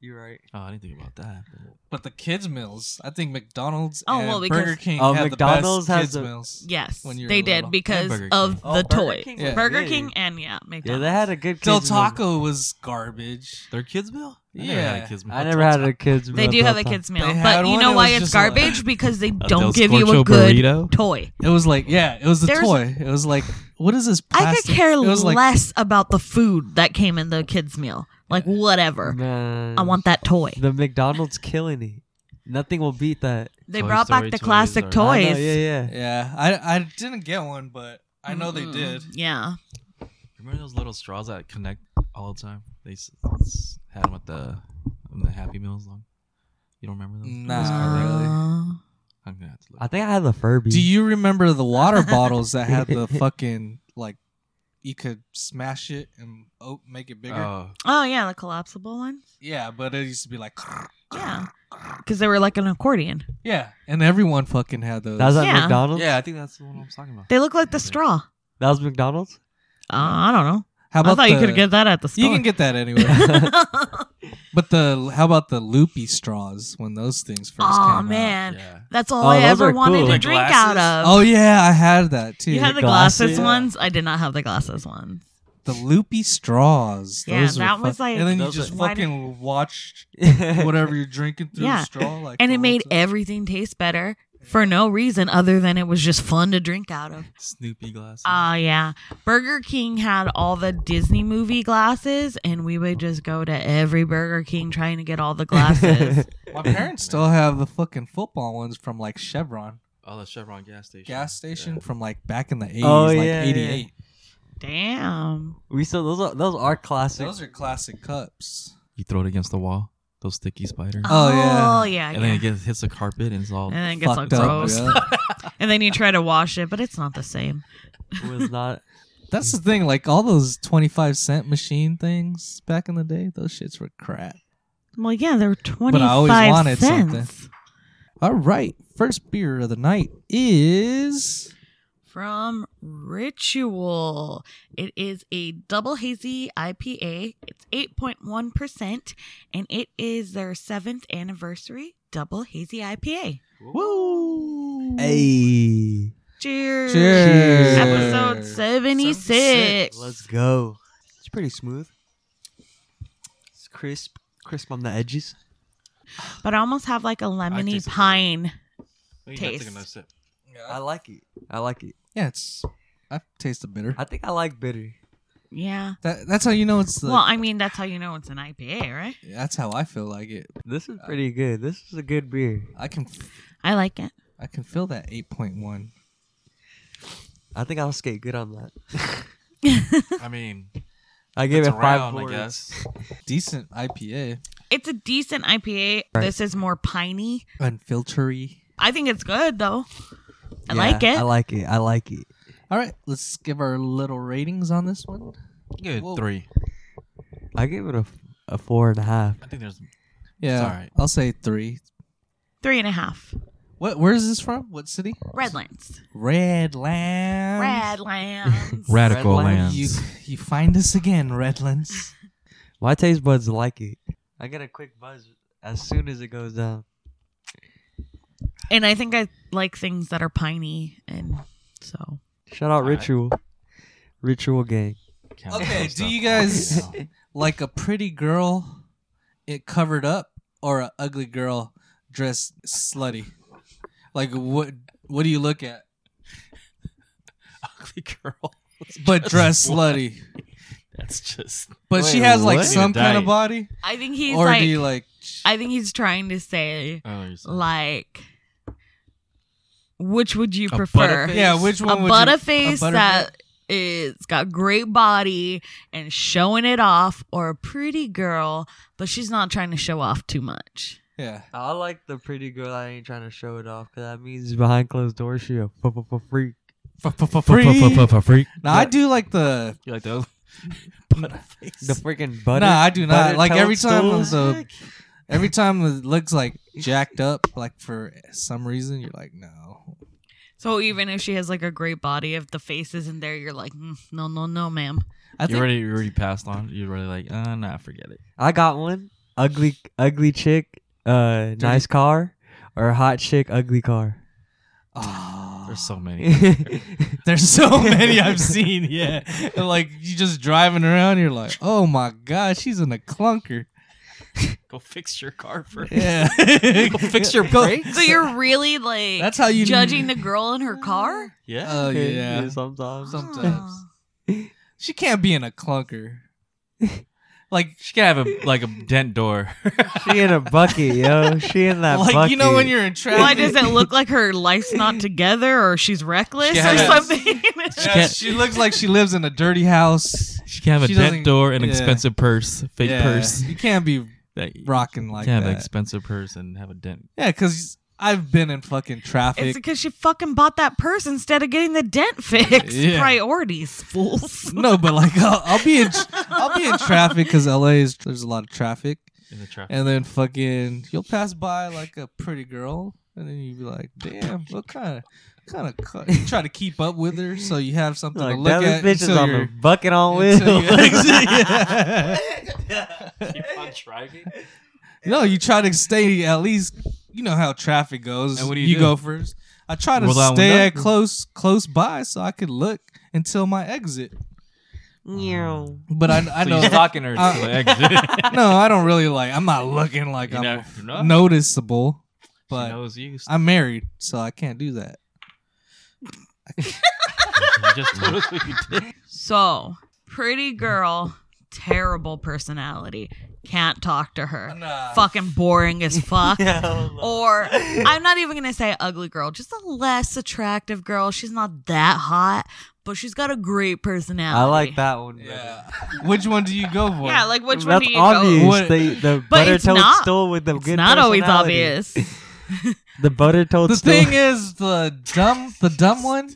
[SPEAKER 4] you're right.
[SPEAKER 3] Oh, I didn't think about that.
[SPEAKER 1] But the kids meals, I think McDonald's
[SPEAKER 2] Oh,
[SPEAKER 1] and
[SPEAKER 2] well, because-
[SPEAKER 1] Burger King
[SPEAKER 4] Oh,
[SPEAKER 1] had
[SPEAKER 4] McDonald's
[SPEAKER 1] the best
[SPEAKER 4] has
[SPEAKER 1] kids
[SPEAKER 4] the-
[SPEAKER 1] meals.
[SPEAKER 2] Yes,
[SPEAKER 1] When you were
[SPEAKER 2] they did
[SPEAKER 1] little.
[SPEAKER 2] because
[SPEAKER 3] Burger
[SPEAKER 2] of
[SPEAKER 3] King.
[SPEAKER 4] Oh,
[SPEAKER 2] the
[SPEAKER 4] Burger
[SPEAKER 2] toy,
[SPEAKER 4] King
[SPEAKER 1] was
[SPEAKER 2] Burger
[SPEAKER 4] big.
[SPEAKER 2] King, and yeah,
[SPEAKER 4] Yeah,
[SPEAKER 2] McDonald's.
[SPEAKER 4] they had a good.
[SPEAKER 1] Del
[SPEAKER 4] kids meal.
[SPEAKER 1] Taco was garbage.
[SPEAKER 3] Their kids meal? I never had
[SPEAKER 1] Yeah.
[SPEAKER 3] a kids meal.
[SPEAKER 4] I never had a kids.
[SPEAKER 2] They
[SPEAKER 4] meal
[SPEAKER 2] do
[SPEAKER 4] till
[SPEAKER 2] have a
[SPEAKER 4] Taco.
[SPEAKER 2] kids meal,
[SPEAKER 1] They
[SPEAKER 2] but
[SPEAKER 1] had
[SPEAKER 2] you
[SPEAKER 1] one,
[SPEAKER 2] know
[SPEAKER 1] it
[SPEAKER 2] why
[SPEAKER 1] was
[SPEAKER 2] it's
[SPEAKER 1] just like-
[SPEAKER 2] garbage because they
[SPEAKER 3] A
[SPEAKER 2] don't
[SPEAKER 3] Del
[SPEAKER 2] give you a
[SPEAKER 3] Scorcho
[SPEAKER 2] good
[SPEAKER 3] burrito?
[SPEAKER 2] toy.
[SPEAKER 1] It was like yeah, it was a
[SPEAKER 2] There's-
[SPEAKER 1] toy. It was like what is this?
[SPEAKER 2] I could
[SPEAKER 1] plastic?
[SPEAKER 2] care
[SPEAKER 1] It was like
[SPEAKER 2] less about the food that came in the kids meal. Like whatever,
[SPEAKER 4] Man,
[SPEAKER 2] I want that toy.
[SPEAKER 4] the McDonald's killing it. Nothing will beat that.
[SPEAKER 2] They
[SPEAKER 3] Toy
[SPEAKER 2] brought
[SPEAKER 3] Story
[SPEAKER 2] back the
[SPEAKER 3] toys
[SPEAKER 2] classic
[SPEAKER 3] are-
[SPEAKER 4] I know,
[SPEAKER 2] toys.
[SPEAKER 4] yeah, yeah.
[SPEAKER 1] yeah. I I didn't get one, but I know they
[SPEAKER 2] Mm-mm.
[SPEAKER 1] did.
[SPEAKER 2] Yeah.
[SPEAKER 3] Remember those little straws that connect all the time? They s- s- had them at the, in the Happy Meals long. You don't remember those?
[SPEAKER 1] Nah, really.
[SPEAKER 2] Uh,
[SPEAKER 3] I'm gonna have to look.
[SPEAKER 4] I think I had the Furby.
[SPEAKER 1] Do you remember the water bottles that had the fucking like you could smash it and oh, make it bigger?
[SPEAKER 3] Oh,
[SPEAKER 2] Oh yeah, the collapsible ones.
[SPEAKER 1] yeah, but it used to be like
[SPEAKER 2] Yeah, because they were like an accordion.
[SPEAKER 1] yeah, and everyone fucking had those.
[SPEAKER 4] That was at
[SPEAKER 2] Yeah.
[SPEAKER 4] McDonald's.
[SPEAKER 3] yeah, I think that's the one I was talking about.
[SPEAKER 2] They look like the straw.
[SPEAKER 4] That was McDonald's.
[SPEAKER 2] Uh, I don't know.
[SPEAKER 1] how
[SPEAKER 2] I
[SPEAKER 1] about
[SPEAKER 2] thought you
[SPEAKER 1] the-
[SPEAKER 2] could get that at the store.
[SPEAKER 1] You can get that anywhere. but the how about the loopy straws when those things first came
[SPEAKER 2] oh
[SPEAKER 1] out?
[SPEAKER 2] man,
[SPEAKER 3] Yeah.
[SPEAKER 2] that's all
[SPEAKER 4] Oh,
[SPEAKER 2] I
[SPEAKER 4] those
[SPEAKER 2] ever
[SPEAKER 4] are
[SPEAKER 2] wanted
[SPEAKER 4] cool.
[SPEAKER 2] to
[SPEAKER 4] Like
[SPEAKER 2] drink
[SPEAKER 3] glasses?
[SPEAKER 2] out of.
[SPEAKER 1] Oh yeah, I had that too.
[SPEAKER 2] you had
[SPEAKER 4] the
[SPEAKER 2] the glasses,
[SPEAKER 4] glasses?
[SPEAKER 2] ones. I did not have the glasses ones.
[SPEAKER 1] the loopy straws.
[SPEAKER 2] Yeah,
[SPEAKER 1] those were
[SPEAKER 2] that was
[SPEAKER 1] fuck-
[SPEAKER 2] like-
[SPEAKER 1] and then you
[SPEAKER 3] Those
[SPEAKER 1] just
[SPEAKER 2] are-
[SPEAKER 1] fucking watched
[SPEAKER 4] Whatever.
[SPEAKER 1] whatever you're drinking through
[SPEAKER 2] Yeah.
[SPEAKER 1] the straw. Like,
[SPEAKER 2] And
[SPEAKER 1] the
[SPEAKER 2] it
[SPEAKER 1] whole
[SPEAKER 2] made
[SPEAKER 1] time.
[SPEAKER 2] everything taste better for no reason other than it was just fun to drink out of.
[SPEAKER 3] Snoopy glasses.
[SPEAKER 2] Ah, yeah. Burger King had all the Disney movie glasses, and we would just go to every Burger King trying to get all the glasses.
[SPEAKER 1] My parents still have the fucking football ones from like Chevron
[SPEAKER 3] oh, the Chevron gas station.
[SPEAKER 1] gas station from like back in the 80s,
[SPEAKER 4] Oh,
[SPEAKER 1] like
[SPEAKER 4] yeah, yeah.
[SPEAKER 1] 88.
[SPEAKER 2] Damn.
[SPEAKER 4] we still those are those are classic.
[SPEAKER 1] Those are classic cups.
[SPEAKER 3] You throw it against the wall. Those sticky spiders.
[SPEAKER 1] Oh, yeah.
[SPEAKER 2] Oh yeah.
[SPEAKER 3] and
[SPEAKER 2] yeah.
[SPEAKER 3] then it gets, hits the carpet and it's all.
[SPEAKER 2] And then it gets all
[SPEAKER 1] Fucked up,
[SPEAKER 2] gross.
[SPEAKER 1] yeah.
[SPEAKER 2] And then you try to wash it, but it's not the same.
[SPEAKER 4] It was not.
[SPEAKER 1] That's the thing. Like all those 25 cent machine things back in the day, those shits were crap.
[SPEAKER 2] Well, yeah, they were twenty
[SPEAKER 1] I always
[SPEAKER 2] five
[SPEAKER 1] wanted
[SPEAKER 2] cents
[SPEAKER 1] All right. First beer of the night is.
[SPEAKER 2] from Ritual. It is a double hazy IPA. It's eight point one percent, and it is their seventh anniversary double hazy IPA.
[SPEAKER 1] Woo!
[SPEAKER 4] Hey,
[SPEAKER 2] Cheers.
[SPEAKER 1] Cheers.
[SPEAKER 2] Episode 76.
[SPEAKER 1] 76.
[SPEAKER 4] let's go. It's pretty smooth. It's crisp, crisp on the edges.
[SPEAKER 2] But I almost have like a lemony
[SPEAKER 3] taste it.
[SPEAKER 2] pine.
[SPEAKER 3] You gotta take
[SPEAKER 2] Taste.
[SPEAKER 3] another sip.
[SPEAKER 4] I like it. I like it.
[SPEAKER 1] Yeah, it's. I taste the bitter.
[SPEAKER 4] I think I like bitter.
[SPEAKER 2] Yeah.
[SPEAKER 1] That that's how you know it's the.
[SPEAKER 2] well, I mean, that's how you know it's an IPA, right?
[SPEAKER 1] that's how I feel like it.
[SPEAKER 4] This is pretty good. This is a good beer.
[SPEAKER 1] I can f-
[SPEAKER 2] I like it.
[SPEAKER 1] I can feel that eight point one.
[SPEAKER 4] I think I'll skate good on that.
[SPEAKER 3] I mean,
[SPEAKER 4] I give
[SPEAKER 3] it's a
[SPEAKER 4] it five.
[SPEAKER 3] round, I
[SPEAKER 4] fours.
[SPEAKER 3] guess.
[SPEAKER 1] Decent IPA,
[SPEAKER 2] It's a decent IPA.
[SPEAKER 4] Right.
[SPEAKER 2] This is more piney.
[SPEAKER 1] unfiltery.
[SPEAKER 2] I think it's good though. I like it.
[SPEAKER 4] I like it. I like it.
[SPEAKER 1] All right, let's give our little ratings on this one.
[SPEAKER 3] Good
[SPEAKER 1] Whoa.
[SPEAKER 3] three.
[SPEAKER 4] I give it a, a four and a half.
[SPEAKER 3] I think there's
[SPEAKER 1] Yeah,
[SPEAKER 3] It's all right.
[SPEAKER 1] I'll say three.
[SPEAKER 2] Three and a half.
[SPEAKER 1] What? Where is this from? What city?
[SPEAKER 2] Redlands.
[SPEAKER 1] Redlands.
[SPEAKER 2] Redlands.
[SPEAKER 3] radical
[SPEAKER 4] Red
[SPEAKER 3] lands.
[SPEAKER 1] You you find us again, Redlands.
[SPEAKER 4] My taste buds like it. I get a quick buzz as soon as it goes down.
[SPEAKER 2] and I think I like things that are piney, and so
[SPEAKER 4] Shout out
[SPEAKER 3] All right.
[SPEAKER 4] Ritual. Ritual gang.
[SPEAKER 3] Count
[SPEAKER 1] Okay,
[SPEAKER 3] all
[SPEAKER 1] do
[SPEAKER 3] stuff.
[SPEAKER 1] you guys-
[SPEAKER 3] Yeah.
[SPEAKER 1] like a pretty girl, it covered up, or an ugly girl dressed slutty. Like what? What do you look at?
[SPEAKER 3] ugly girl?
[SPEAKER 1] But dressed slutty.
[SPEAKER 3] That's just
[SPEAKER 1] But she
[SPEAKER 4] Wait,
[SPEAKER 1] has like
[SPEAKER 4] what?
[SPEAKER 1] some kind of
[SPEAKER 3] Diet.
[SPEAKER 1] body,
[SPEAKER 2] I think he's
[SPEAKER 1] or
[SPEAKER 2] like,
[SPEAKER 1] do you like?
[SPEAKER 2] I think he's trying to say
[SPEAKER 3] oh, you're so-
[SPEAKER 2] like, which would you
[SPEAKER 3] A
[SPEAKER 2] prefer?
[SPEAKER 3] butterface?
[SPEAKER 1] yeah, which
[SPEAKER 2] A
[SPEAKER 1] one? would you-
[SPEAKER 2] butterface
[SPEAKER 1] butterfa-
[SPEAKER 2] that is got great body and showing it off, or a pretty girl, but she's not trying to show off too much.
[SPEAKER 1] Yeah.
[SPEAKER 4] I like the pretty girl that ain't trying to show it off because that means behind closed doors she a f- f- f- freak.
[SPEAKER 1] Free.
[SPEAKER 3] freak.
[SPEAKER 1] Now I do like the.
[SPEAKER 3] You like those?
[SPEAKER 4] The freaking butter.
[SPEAKER 1] nah, I do not
[SPEAKER 4] butter
[SPEAKER 1] like every time.
[SPEAKER 4] toadstool.
[SPEAKER 1] there's a- every time it looks like jacked up, like for some reason, you're like, no.
[SPEAKER 2] So even if she has like a great body, if the face isn't there, you're like, "Mm, no, no, no, ma'am.
[SPEAKER 1] I
[SPEAKER 3] You
[SPEAKER 1] think
[SPEAKER 3] already, you already passed on. You're already like, uh, nah, forget it.
[SPEAKER 4] I got one. Ugly, ugly chick, uh, nice car, or hot chick, ugly car.
[SPEAKER 1] Oh.
[SPEAKER 3] There's so many.
[SPEAKER 4] yeah,
[SPEAKER 1] There's so many I've seen, yeah. And, like you just driving around, you're like, oh my god, she's in a clunker.
[SPEAKER 3] Go fix your car first.
[SPEAKER 1] Yeah,
[SPEAKER 3] Go fix your
[SPEAKER 1] Go-
[SPEAKER 3] brakes.
[SPEAKER 2] So you're really like
[SPEAKER 1] That's how you
[SPEAKER 2] judging the girl in her car.
[SPEAKER 3] Yeah.
[SPEAKER 1] Oh yeah,
[SPEAKER 4] sometimes.
[SPEAKER 1] sometimes
[SPEAKER 2] Oh.
[SPEAKER 1] she can't be in a clunker. Like,
[SPEAKER 3] she can have a like a dent door.
[SPEAKER 4] She in a bucket, yo. She in that
[SPEAKER 1] like
[SPEAKER 4] bucket.
[SPEAKER 1] you know when you're in traffic.
[SPEAKER 2] Why does it look like her life's not together, or she's reckless,
[SPEAKER 1] She
[SPEAKER 2] or
[SPEAKER 1] has-
[SPEAKER 2] something?
[SPEAKER 1] Yeah,
[SPEAKER 3] can't-
[SPEAKER 1] uh, she looks like she lives in a dirty house.
[SPEAKER 3] she can have a
[SPEAKER 1] She doesn't-
[SPEAKER 3] dent door and
[SPEAKER 1] yeah.
[SPEAKER 3] expensive purse, fake
[SPEAKER 1] Yeah,
[SPEAKER 3] purse.
[SPEAKER 1] You can't be
[SPEAKER 3] That,
[SPEAKER 1] rocking like
[SPEAKER 3] can have an
[SPEAKER 1] that.
[SPEAKER 3] expensive purse and have a dent.
[SPEAKER 1] yeah, because I've been in fucking
[SPEAKER 2] It's
[SPEAKER 1] traffic.
[SPEAKER 2] because she fucking bought that purse instead of getting the dent fixed.
[SPEAKER 1] Yeah.
[SPEAKER 2] Priorities, fools.
[SPEAKER 1] no, but like I'll, I'll be in I'll be in traffic because LA is there's a lot of traffic.
[SPEAKER 3] In the traffic.
[SPEAKER 1] And then fucking, you'll pass by like a pretty girl, and then you'll be like, "Damn, what kind of kind of cut?" You try to keep up with her, so you have something
[SPEAKER 4] like,
[SPEAKER 1] to look at.
[SPEAKER 4] that bitch is
[SPEAKER 1] until
[SPEAKER 4] on
[SPEAKER 1] you're-
[SPEAKER 4] a bucket on
[SPEAKER 1] until
[SPEAKER 4] wheels.
[SPEAKER 1] you're-
[SPEAKER 3] Keep on driving.
[SPEAKER 1] no, you try to stay at least. You know how traffic goes.
[SPEAKER 3] And what do you do?
[SPEAKER 1] go first. I try to
[SPEAKER 3] Roll that one
[SPEAKER 1] stay at
[SPEAKER 3] up?
[SPEAKER 1] close close by so I could look until my exit. But I, I
[SPEAKER 3] so
[SPEAKER 1] know
[SPEAKER 3] you're stalking her to the exit.
[SPEAKER 1] no, I don't really like. I'm not looking like
[SPEAKER 3] You
[SPEAKER 1] I'm
[SPEAKER 3] know, you're not.
[SPEAKER 1] noticeable,
[SPEAKER 3] she
[SPEAKER 1] but
[SPEAKER 3] knows you.
[SPEAKER 1] I'm married, so I can't do that.
[SPEAKER 3] You just told us what you did.
[SPEAKER 2] So, pretty girl, terrible personality. Can't talk to her.
[SPEAKER 1] Nah.
[SPEAKER 2] Fucking boring as fuck.
[SPEAKER 4] Hell
[SPEAKER 2] or I'm not even gonna say ugly girl, just a less attractive girl. She's not that hot, but she's got a great personality.
[SPEAKER 4] I like that one.
[SPEAKER 1] Yeah. Which one do you go for?
[SPEAKER 2] Yeah, like which
[SPEAKER 4] That's
[SPEAKER 2] one do you
[SPEAKER 4] obvious.
[SPEAKER 2] go?
[SPEAKER 1] What-
[SPEAKER 4] The, the
[SPEAKER 2] But
[SPEAKER 4] butter
[SPEAKER 2] it's not-
[SPEAKER 4] toadstool with the
[SPEAKER 2] It's
[SPEAKER 4] good
[SPEAKER 2] not always
[SPEAKER 4] personality.
[SPEAKER 2] obvious.
[SPEAKER 4] The butter
[SPEAKER 1] the
[SPEAKER 4] toadstool.
[SPEAKER 1] thing is, the dumb, the dumb one.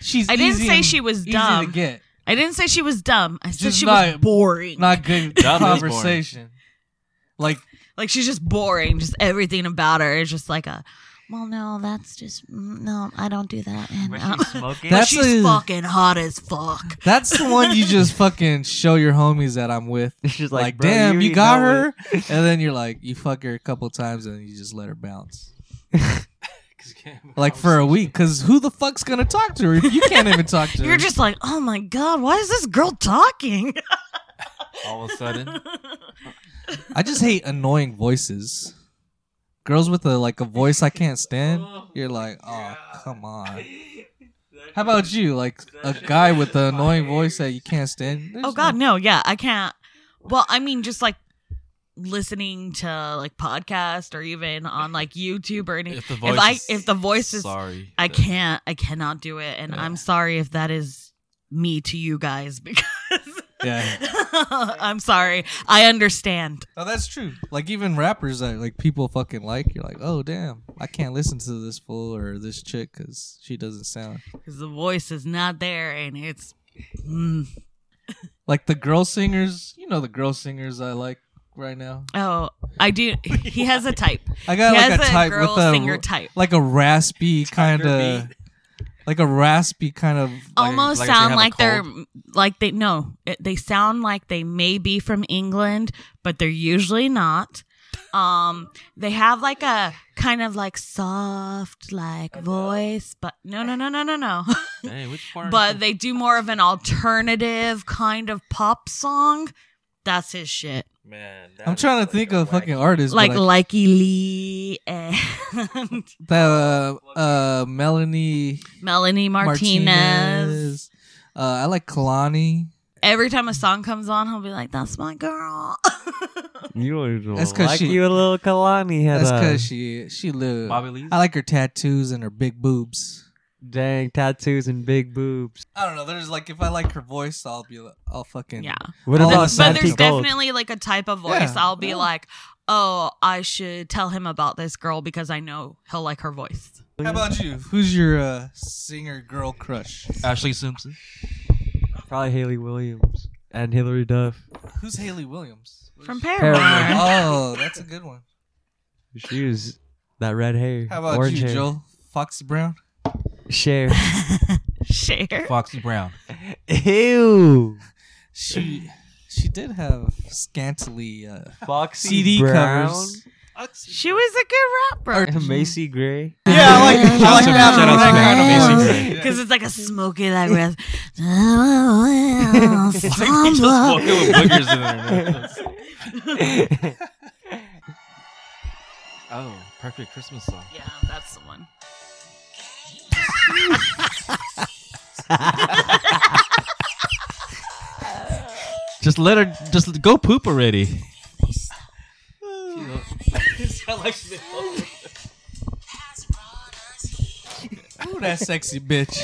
[SPEAKER 1] She's.
[SPEAKER 2] I didn't
[SPEAKER 1] easy
[SPEAKER 2] say
[SPEAKER 1] and-
[SPEAKER 2] she was
[SPEAKER 1] easy
[SPEAKER 2] dumb.
[SPEAKER 1] to get.
[SPEAKER 2] I didn't say she was dumb. I said
[SPEAKER 1] Just
[SPEAKER 2] she was
[SPEAKER 1] not-
[SPEAKER 2] boring.
[SPEAKER 1] Not good
[SPEAKER 3] Dumb is boring.
[SPEAKER 1] conversation. Like
[SPEAKER 2] like she's just boring. Just everything about her is just like a. Well, no, that's just mm, no. I don't do that. And
[SPEAKER 4] Was
[SPEAKER 2] uh,
[SPEAKER 4] she smoking?
[SPEAKER 2] but
[SPEAKER 1] That's
[SPEAKER 2] she's
[SPEAKER 1] a-
[SPEAKER 2] fucking hot as fuck.
[SPEAKER 1] that's the one you just fucking show your homies that I'm with.
[SPEAKER 4] She's
[SPEAKER 1] Like,
[SPEAKER 4] like, "Bro,
[SPEAKER 1] damn, you,
[SPEAKER 4] already
[SPEAKER 1] got
[SPEAKER 4] know
[SPEAKER 1] her,
[SPEAKER 4] it."
[SPEAKER 1] and then you're like, you fuck her a couple times, and you just let her bounce.
[SPEAKER 3] 'Cause you can't have
[SPEAKER 1] Like for a week, because who the fuck's gonna talk to her if you can't even talk to her?
[SPEAKER 2] You're just like, oh my god, why is this girl talking?
[SPEAKER 3] conversation. all of a sudden.
[SPEAKER 1] I just hate annoying voices. Girls with a like a voice I can't stand. You're like, oh come on. How about you? Like a guy with the annoying voice that you can't stand. There's
[SPEAKER 2] Oh God, no. Yeah, I can't. Well, I mean, just like listening to like podcast or even on like YouTube or anything.
[SPEAKER 3] the
[SPEAKER 2] If I if the voice is,
[SPEAKER 3] sorry,
[SPEAKER 2] I
[SPEAKER 3] then-
[SPEAKER 2] can't. I cannot do it, and I'm sorry if that is me to you guys because.
[SPEAKER 1] Yeah.
[SPEAKER 2] I'm sorry. I understand.
[SPEAKER 1] No, that's true. Like even rappers that like people fucking like, you're like, oh damn, I can't listen to this fool or this chick because she doesn't sound
[SPEAKER 2] because the voice is not there and it's mm.
[SPEAKER 1] like the girl singers. You know the girl singers I like right now.
[SPEAKER 2] oh i do he has a type
[SPEAKER 1] I got
[SPEAKER 2] he
[SPEAKER 1] like
[SPEAKER 2] has
[SPEAKER 1] a type
[SPEAKER 2] girl
[SPEAKER 1] with a
[SPEAKER 2] singer type
[SPEAKER 1] like a raspy kind of like a raspy kind of
[SPEAKER 2] almost
[SPEAKER 3] like if they
[SPEAKER 2] sound
[SPEAKER 3] have a
[SPEAKER 2] like they're like they no it- they sound like they may be from england but they're usually not um they have like a kind of like soft like voice but no no no no no no
[SPEAKER 3] Hey, which part?
[SPEAKER 2] but they do more of an alternative kind of pop song that's his shit
[SPEAKER 4] Man,
[SPEAKER 1] I'm trying to think of fucking artists
[SPEAKER 2] like
[SPEAKER 1] like, like
[SPEAKER 2] Likey Lee and
[SPEAKER 1] the uh, uh, Melanie
[SPEAKER 2] Melanie Martinez.
[SPEAKER 1] Martinez. Uh, I like Kalani.
[SPEAKER 2] Every time a song comes on, he'll be like, "That's my girl."
[SPEAKER 4] You don't even
[SPEAKER 1] That's 'cause
[SPEAKER 4] like
[SPEAKER 1] she-
[SPEAKER 4] you a little Kalani uh, head
[SPEAKER 1] That's
[SPEAKER 4] on.
[SPEAKER 1] because she she live.
[SPEAKER 3] uh, Bobby Lee's?
[SPEAKER 1] I like her tattoos and her big boobs.
[SPEAKER 4] Dang, tattoos and big boobs.
[SPEAKER 1] I don't know. There's like if I like her voice, I'll be like, I'll fucking
[SPEAKER 2] yeah,
[SPEAKER 4] What
[SPEAKER 1] Oh,
[SPEAKER 2] but,
[SPEAKER 1] But-
[SPEAKER 4] about
[SPEAKER 1] that's but
[SPEAKER 2] there's
[SPEAKER 4] Santi Gold?
[SPEAKER 2] definitely like a type of voice.
[SPEAKER 1] Yeah,
[SPEAKER 2] I'll be
[SPEAKER 1] yeah.
[SPEAKER 2] like, "Oh, I should tell him about this girl because I know he'll like her voice."
[SPEAKER 1] How about you? Who's your uh, singer girl crush?
[SPEAKER 3] Ashley Simpson.
[SPEAKER 4] Probably Haley Williams and Hillary Duff.
[SPEAKER 1] Who's Haley Williams?
[SPEAKER 2] From
[SPEAKER 4] Paramore.
[SPEAKER 2] Paramore.
[SPEAKER 1] Oh, that's a good one.
[SPEAKER 4] She was that red hair.
[SPEAKER 1] How about
[SPEAKER 4] orange
[SPEAKER 1] you,
[SPEAKER 4] hair.
[SPEAKER 1] Joel? Foxy Brown.
[SPEAKER 4] Cher.
[SPEAKER 2] Share.
[SPEAKER 3] Foxy Brown.
[SPEAKER 4] Ew.
[SPEAKER 1] She she did have scantily uh,
[SPEAKER 4] Foxy
[SPEAKER 1] CD
[SPEAKER 4] Brown.
[SPEAKER 1] covers.
[SPEAKER 2] She was a good rapper
[SPEAKER 4] Macy Gray.
[SPEAKER 1] Yeah, I like I like
[SPEAKER 2] Shout
[SPEAKER 1] that.
[SPEAKER 2] out to
[SPEAKER 1] one.
[SPEAKER 2] Macy
[SPEAKER 1] That
[SPEAKER 3] Gray.
[SPEAKER 1] kind of
[SPEAKER 2] because it's like a smoky like breath. Samba.
[SPEAKER 3] Oh, perfect Christmas song.
[SPEAKER 2] yeah, that's the one.
[SPEAKER 3] Just let her. Just go poop already.
[SPEAKER 1] Ooh, that sexy bitch.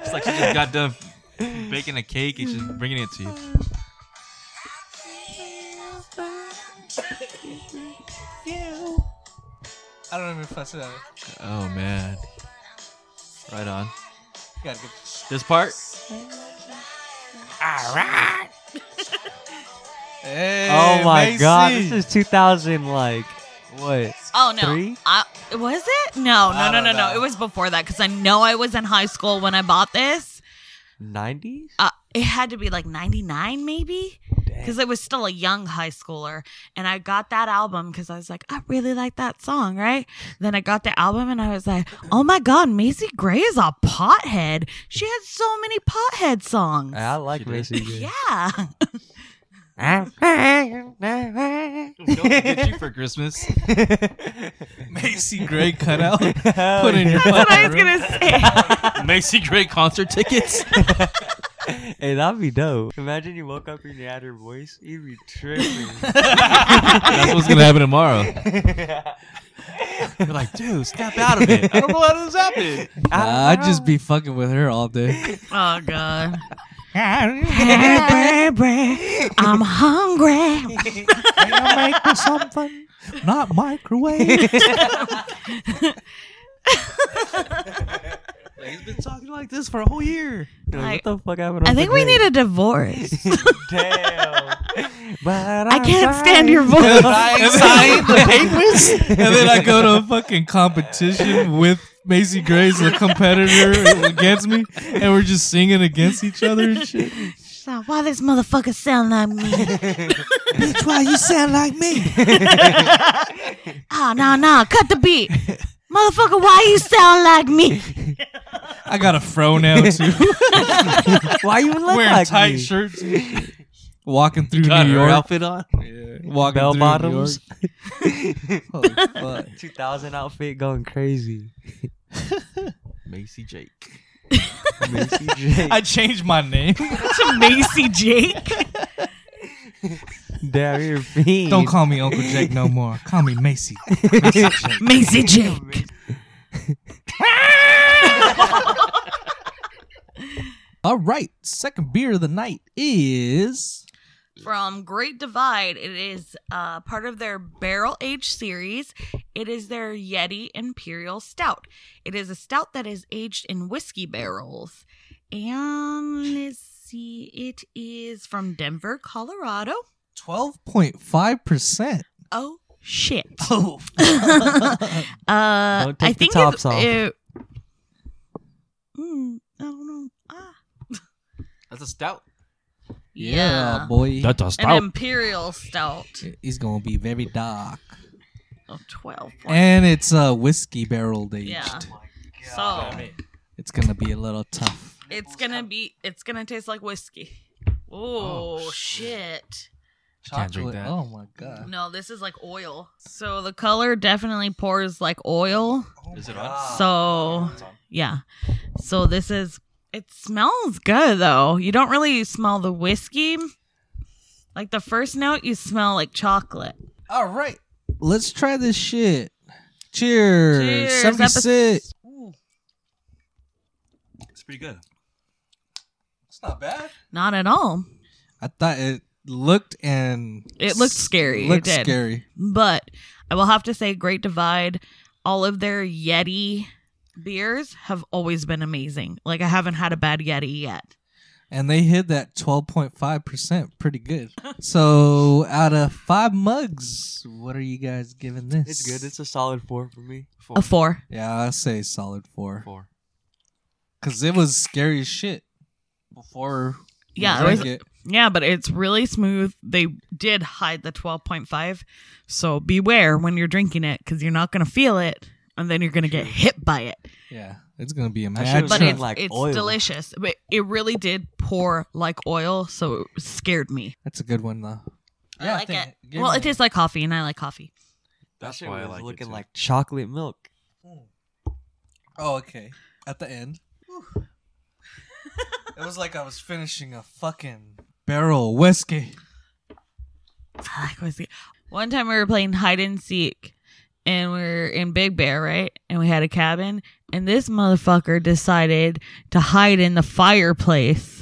[SPEAKER 3] It's like she just got done baking a cake and she's bringing it to you.
[SPEAKER 1] I don't even fuss it out.
[SPEAKER 3] Oh man. Right on.
[SPEAKER 1] You gotta get
[SPEAKER 3] This part.
[SPEAKER 1] Hey,
[SPEAKER 4] oh my
[SPEAKER 1] Macy.
[SPEAKER 4] god, this is 2000 like what?
[SPEAKER 2] Oh no!
[SPEAKER 4] Three?
[SPEAKER 2] I, was it? No, no,
[SPEAKER 1] I
[SPEAKER 2] no,
[SPEAKER 1] don't
[SPEAKER 2] no, no.
[SPEAKER 1] know.
[SPEAKER 2] It was before that because I know I was in high school when I bought this.
[SPEAKER 4] 90s?
[SPEAKER 2] Uh, it had to be like '99, maybe, because I was still a young high schooler, and I got that album because I was like, I really like that song, right? Then I got the album, and I was like, Oh my god, Macy Gray is a pothead. She had so many pothead songs.
[SPEAKER 4] I like
[SPEAKER 3] She did.
[SPEAKER 4] Macy Gray.
[SPEAKER 2] yeah.
[SPEAKER 3] Don't get you for Christmas.
[SPEAKER 1] Macy Gray cutout. Put in your
[SPEAKER 2] That's what I
[SPEAKER 1] fucking room.
[SPEAKER 2] was gonna say.
[SPEAKER 3] Macy Gray concert tickets.
[SPEAKER 4] Hey, that'd be dope. Imagine you woke up and you had her voice. You'd be tripping.
[SPEAKER 3] That's what's gonna happen tomorrow. You're like, dude, snap out of it. I don't know how this happened.
[SPEAKER 1] Nah, I'd just be fucking with her all day.
[SPEAKER 2] oh god. Hey, baby, I'm hungry.
[SPEAKER 4] something.
[SPEAKER 1] Not microwave.
[SPEAKER 3] He's been talking like this for a whole year.
[SPEAKER 2] Like,
[SPEAKER 4] what the fuck happened?
[SPEAKER 2] I think we need a divorce.
[SPEAKER 4] Damn. but
[SPEAKER 2] I can't stand your voice.
[SPEAKER 1] signed the papers, and then I go to a fucking competition with Macy Gray's a competitor against me, and we're just singing against each other and shit.
[SPEAKER 2] She's like, Why this motherfucker sound like me?
[SPEAKER 1] Bitch, why you sound like me?
[SPEAKER 2] Ah, nah, nah, cut the beat. Motherfucker, why you sound like me?
[SPEAKER 1] I got a fro now too.
[SPEAKER 4] Why you look
[SPEAKER 1] Wearing
[SPEAKER 4] like
[SPEAKER 1] tight
[SPEAKER 4] me?
[SPEAKER 1] shirts. walking through
[SPEAKER 3] Got
[SPEAKER 1] New
[SPEAKER 3] her
[SPEAKER 1] York,
[SPEAKER 3] outfit on.
[SPEAKER 1] walking
[SPEAKER 4] Bell
[SPEAKER 1] through New
[SPEAKER 4] bottoms.
[SPEAKER 1] York. Holy fuck!
[SPEAKER 4] 2000 outfit going crazy.
[SPEAKER 3] Macy Jake.
[SPEAKER 4] Macy J.
[SPEAKER 1] I changed my name.
[SPEAKER 2] to Macy Jake.
[SPEAKER 4] Damn, you're a fiend.
[SPEAKER 1] Don't call me Uncle Jake no more. Call me Macy. Macy Jake.
[SPEAKER 2] Macy Jake.
[SPEAKER 1] All right, second beer of the night is
[SPEAKER 2] From Great Divide, it is uh, part of their barrel age series. It is their Yeti Imperial Stout. It is a stout that is aged in whiskey barrels. And let's see, it is from Denver, Colorado.
[SPEAKER 1] twelve point five percent.
[SPEAKER 2] Oh shit.
[SPEAKER 1] Oh,
[SPEAKER 2] Uh,
[SPEAKER 4] Don't take
[SPEAKER 2] I
[SPEAKER 4] the
[SPEAKER 2] think
[SPEAKER 4] tops
[SPEAKER 2] it,
[SPEAKER 4] off.
[SPEAKER 2] it- Mm, I don't know. Ah,
[SPEAKER 3] That's a stout.
[SPEAKER 1] yeah, boy.
[SPEAKER 3] a
[SPEAKER 2] An imperial stout
[SPEAKER 1] He's gonna be very dark,
[SPEAKER 2] of twelve.
[SPEAKER 1] and it's a uh, whiskey barrel aged.
[SPEAKER 2] Yeah. so
[SPEAKER 1] It's gonna be a little tough.
[SPEAKER 2] it's gonna be. It's gonna taste like whiskey. Oh, shit!
[SPEAKER 3] Can't drink that.
[SPEAKER 1] Oh my god.
[SPEAKER 2] No, this is like oil. So the color definitely pours like oil.
[SPEAKER 3] Is it on?
[SPEAKER 2] So yeah. So this is it smells good though. You don't really smell the whiskey. Like the first note you smell like chocolate.
[SPEAKER 1] All right, let's try this shit. Cheers.
[SPEAKER 2] Cheers,
[SPEAKER 1] Seventy six.
[SPEAKER 2] Ooh,
[SPEAKER 3] It's pretty good.
[SPEAKER 1] It's not bad.
[SPEAKER 2] Not at all.
[SPEAKER 1] I thought it looked and
[SPEAKER 2] It looked scary, it
[SPEAKER 1] Looked
[SPEAKER 2] did.
[SPEAKER 1] scary.
[SPEAKER 2] But I will have to say Great Divide, all of their Yeti beers have always been amazing. Like I haven't had a bad Yeti yet.
[SPEAKER 1] And they hid that 12.5% pretty good. So, out of five mugs, what are you guys giving this?
[SPEAKER 4] It's good. It's a solid four for me.
[SPEAKER 3] Four.
[SPEAKER 2] A four.
[SPEAKER 1] yeah, I say solid four.
[SPEAKER 3] Four.
[SPEAKER 1] Because it was scary as shit before. we
[SPEAKER 2] Yeah, it
[SPEAKER 1] drank
[SPEAKER 2] was-
[SPEAKER 1] it.
[SPEAKER 2] Yeah, but it's really smooth. They did hide the 12.5. So beware when you're drinking it because you're not going to feel it and then you're going to get hit by it.
[SPEAKER 1] Yeah, it's going to be a
[SPEAKER 4] I
[SPEAKER 1] match.
[SPEAKER 4] should've
[SPEAKER 2] But
[SPEAKER 4] Sure.
[SPEAKER 2] it's,
[SPEAKER 4] Like
[SPEAKER 2] it's
[SPEAKER 4] oil.
[SPEAKER 2] delicious. But it really did pour like oil. So it scared me.
[SPEAKER 1] That's a good one, though.
[SPEAKER 2] I
[SPEAKER 1] Yeah, I
[SPEAKER 2] like
[SPEAKER 1] think-
[SPEAKER 2] it.
[SPEAKER 1] give
[SPEAKER 2] Well,
[SPEAKER 1] me
[SPEAKER 2] it
[SPEAKER 1] that.
[SPEAKER 2] tastes like coffee and I like coffee.
[SPEAKER 3] That's
[SPEAKER 4] That shit
[SPEAKER 3] why I
[SPEAKER 4] was
[SPEAKER 3] like it,
[SPEAKER 4] looking
[SPEAKER 3] too.
[SPEAKER 4] like chocolate milk.
[SPEAKER 1] Oh, okay. At the end. it was like I was finishing a fucking barrel of whiskey.
[SPEAKER 2] I like whiskey. One time we were playing hide and seek and we were in Big Bear, right? And we had a cabin and this motherfucker decided to hide in the fireplace.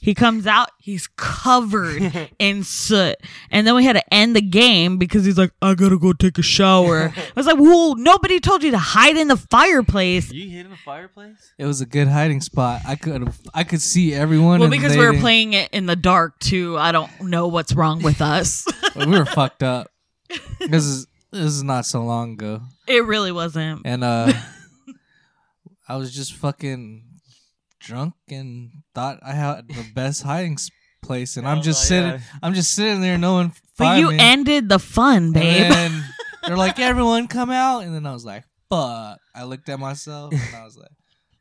[SPEAKER 2] He comes out, he's covered in soot. And then we had to end the game because he's like, I gotta go take a shower. I was like, Whoa, nobody told you to hide in the fireplace.
[SPEAKER 3] You hid in the fireplace?
[SPEAKER 1] It was a good hiding spot. I could I could see everyone.
[SPEAKER 2] Well,
[SPEAKER 1] and
[SPEAKER 2] because
[SPEAKER 1] they
[SPEAKER 2] we were
[SPEAKER 1] didn't-
[SPEAKER 2] playing it in the dark too. I don't know what's wrong with us.
[SPEAKER 1] we were fucked up. This is this is not so long ago,
[SPEAKER 2] it really wasn't.
[SPEAKER 1] and uh, I was just fucking drunk and thought I had the best hiding s- place, and I'm
[SPEAKER 4] Oh,
[SPEAKER 1] just
[SPEAKER 4] yeah.
[SPEAKER 1] sitting. I'm just sitting there, no one.
[SPEAKER 2] But
[SPEAKER 1] find
[SPEAKER 2] you
[SPEAKER 1] me.
[SPEAKER 2] ended the fun,
[SPEAKER 1] And
[SPEAKER 2] babe.
[SPEAKER 1] then they're like, "Everyone, come out!" And then I was like, "Fuck!" I looked at myself, and I was like.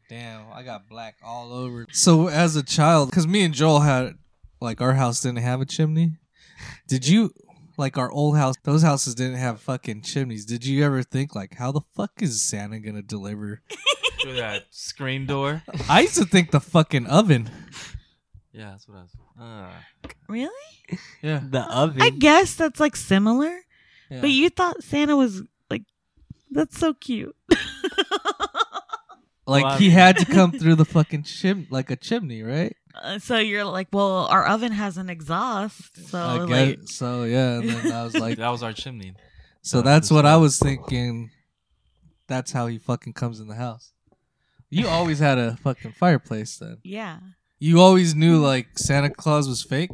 [SPEAKER 1] Damn, I got black all over. So as a child, because me and Joel had, like, our house didn't have a chimney. Did you, like, our old house? Those houses didn't have fucking chimneys. Did you ever think, like, how the fuck is Santa gonna deliver?
[SPEAKER 3] Through that screen door?
[SPEAKER 1] I used to think the fucking oven.
[SPEAKER 3] Yeah, that's what I was. Uh,
[SPEAKER 2] Really?
[SPEAKER 1] Yeah.
[SPEAKER 4] The oven.
[SPEAKER 2] I guess that's like similar,
[SPEAKER 1] yeah.
[SPEAKER 2] but you thought Santa was like, that's so cute.
[SPEAKER 1] like
[SPEAKER 4] Well, I
[SPEAKER 1] he
[SPEAKER 4] mean-
[SPEAKER 1] had to come through the fucking chim, like a chimney, right?
[SPEAKER 2] Uh, so you're like, well, our oven has an exhaust, so
[SPEAKER 1] I
[SPEAKER 2] Oh, like,
[SPEAKER 1] guess. So yeah, and then I was like,
[SPEAKER 3] that was our chimney.
[SPEAKER 1] So that's what I was thinking. That's how he fucking comes in the house. You always had a fucking fireplace then.
[SPEAKER 2] yeah.
[SPEAKER 1] You always knew like Santa Claus was fake.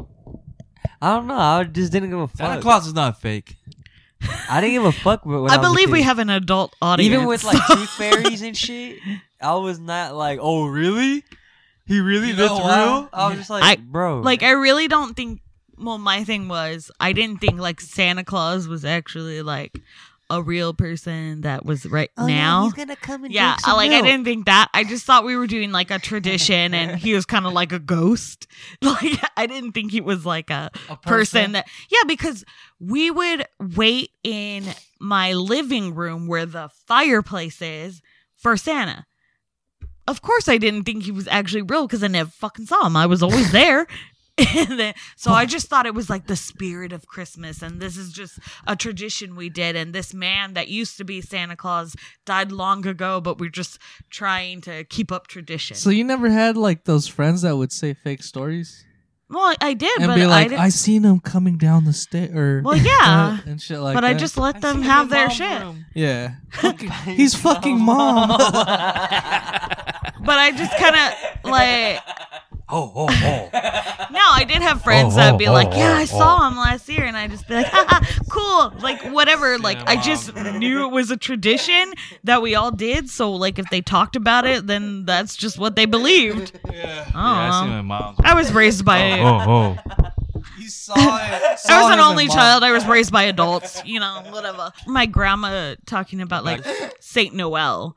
[SPEAKER 4] I don't know. I just didn't give a
[SPEAKER 3] Santa
[SPEAKER 4] fuck.
[SPEAKER 3] Claus is not fake.
[SPEAKER 4] I didn't give a fuck. But when
[SPEAKER 2] I
[SPEAKER 4] was a
[SPEAKER 2] believe we
[SPEAKER 4] kid.
[SPEAKER 2] have an adult audience.
[SPEAKER 4] even with like tooth fairies and shit. I was not like, oh really? He really?
[SPEAKER 1] You know
[SPEAKER 4] that's
[SPEAKER 1] why?
[SPEAKER 4] real? I was just like,
[SPEAKER 2] I-
[SPEAKER 4] bro.
[SPEAKER 2] like I really don't think. Well, my thing was I didn't think like Santa Claus was actually like a real person that was right
[SPEAKER 5] Oh, yeah,
[SPEAKER 2] now.
[SPEAKER 5] he's gonna come and
[SPEAKER 2] Yeah,
[SPEAKER 5] drink
[SPEAKER 2] I
[SPEAKER 5] some
[SPEAKER 2] like I
[SPEAKER 5] milk.
[SPEAKER 2] didn't think that. I just thought we were doing like a tradition, and he was kind of like a ghost. Like I didn't think he was like a,
[SPEAKER 4] A
[SPEAKER 2] person? that. Yeah, because we would wait in my living room where the fireplace is for Santa. Of course, I didn't think he was actually real because I never fucking saw him. I was always there. and then, so I just thought it was like the spirit of Christmas, and this is just a tradition we did. And this man that used to be Santa Claus died long ago, but we're just trying to keep up tradition.
[SPEAKER 1] So you never had like those friends that would say fake stories
[SPEAKER 2] well, I, I did,
[SPEAKER 1] and
[SPEAKER 2] but
[SPEAKER 1] be
[SPEAKER 2] I
[SPEAKER 1] like,
[SPEAKER 2] didn't.
[SPEAKER 1] "I seen him coming down the stairs," or
[SPEAKER 2] Well, yeah.
[SPEAKER 1] uh, and shit like
[SPEAKER 2] but
[SPEAKER 1] that.
[SPEAKER 2] I just let them have their shit.
[SPEAKER 1] yeah, Fucking- he's fucking mom.
[SPEAKER 2] But I just kind of like
[SPEAKER 3] Oh, oh, oh.
[SPEAKER 2] no, I did have friends
[SPEAKER 3] Oh,
[SPEAKER 2] that'd be
[SPEAKER 3] oh,
[SPEAKER 2] like,
[SPEAKER 3] oh,
[SPEAKER 2] yeah,
[SPEAKER 3] oh,
[SPEAKER 2] I saw him last year, and I just be like, Haha, cool, like whatever. Like I just knew it was a tradition that we all did. So like if they talked about it, then that's just what they believed. Yeah,
[SPEAKER 3] Yeah, I
[SPEAKER 2] I,
[SPEAKER 3] see my mom's.
[SPEAKER 2] I was raised by.
[SPEAKER 3] Oh, oh.
[SPEAKER 1] you saw it.
[SPEAKER 2] I was an only child. I was raised by adults, you know, whatever. My grandma talking about like Saint Noel.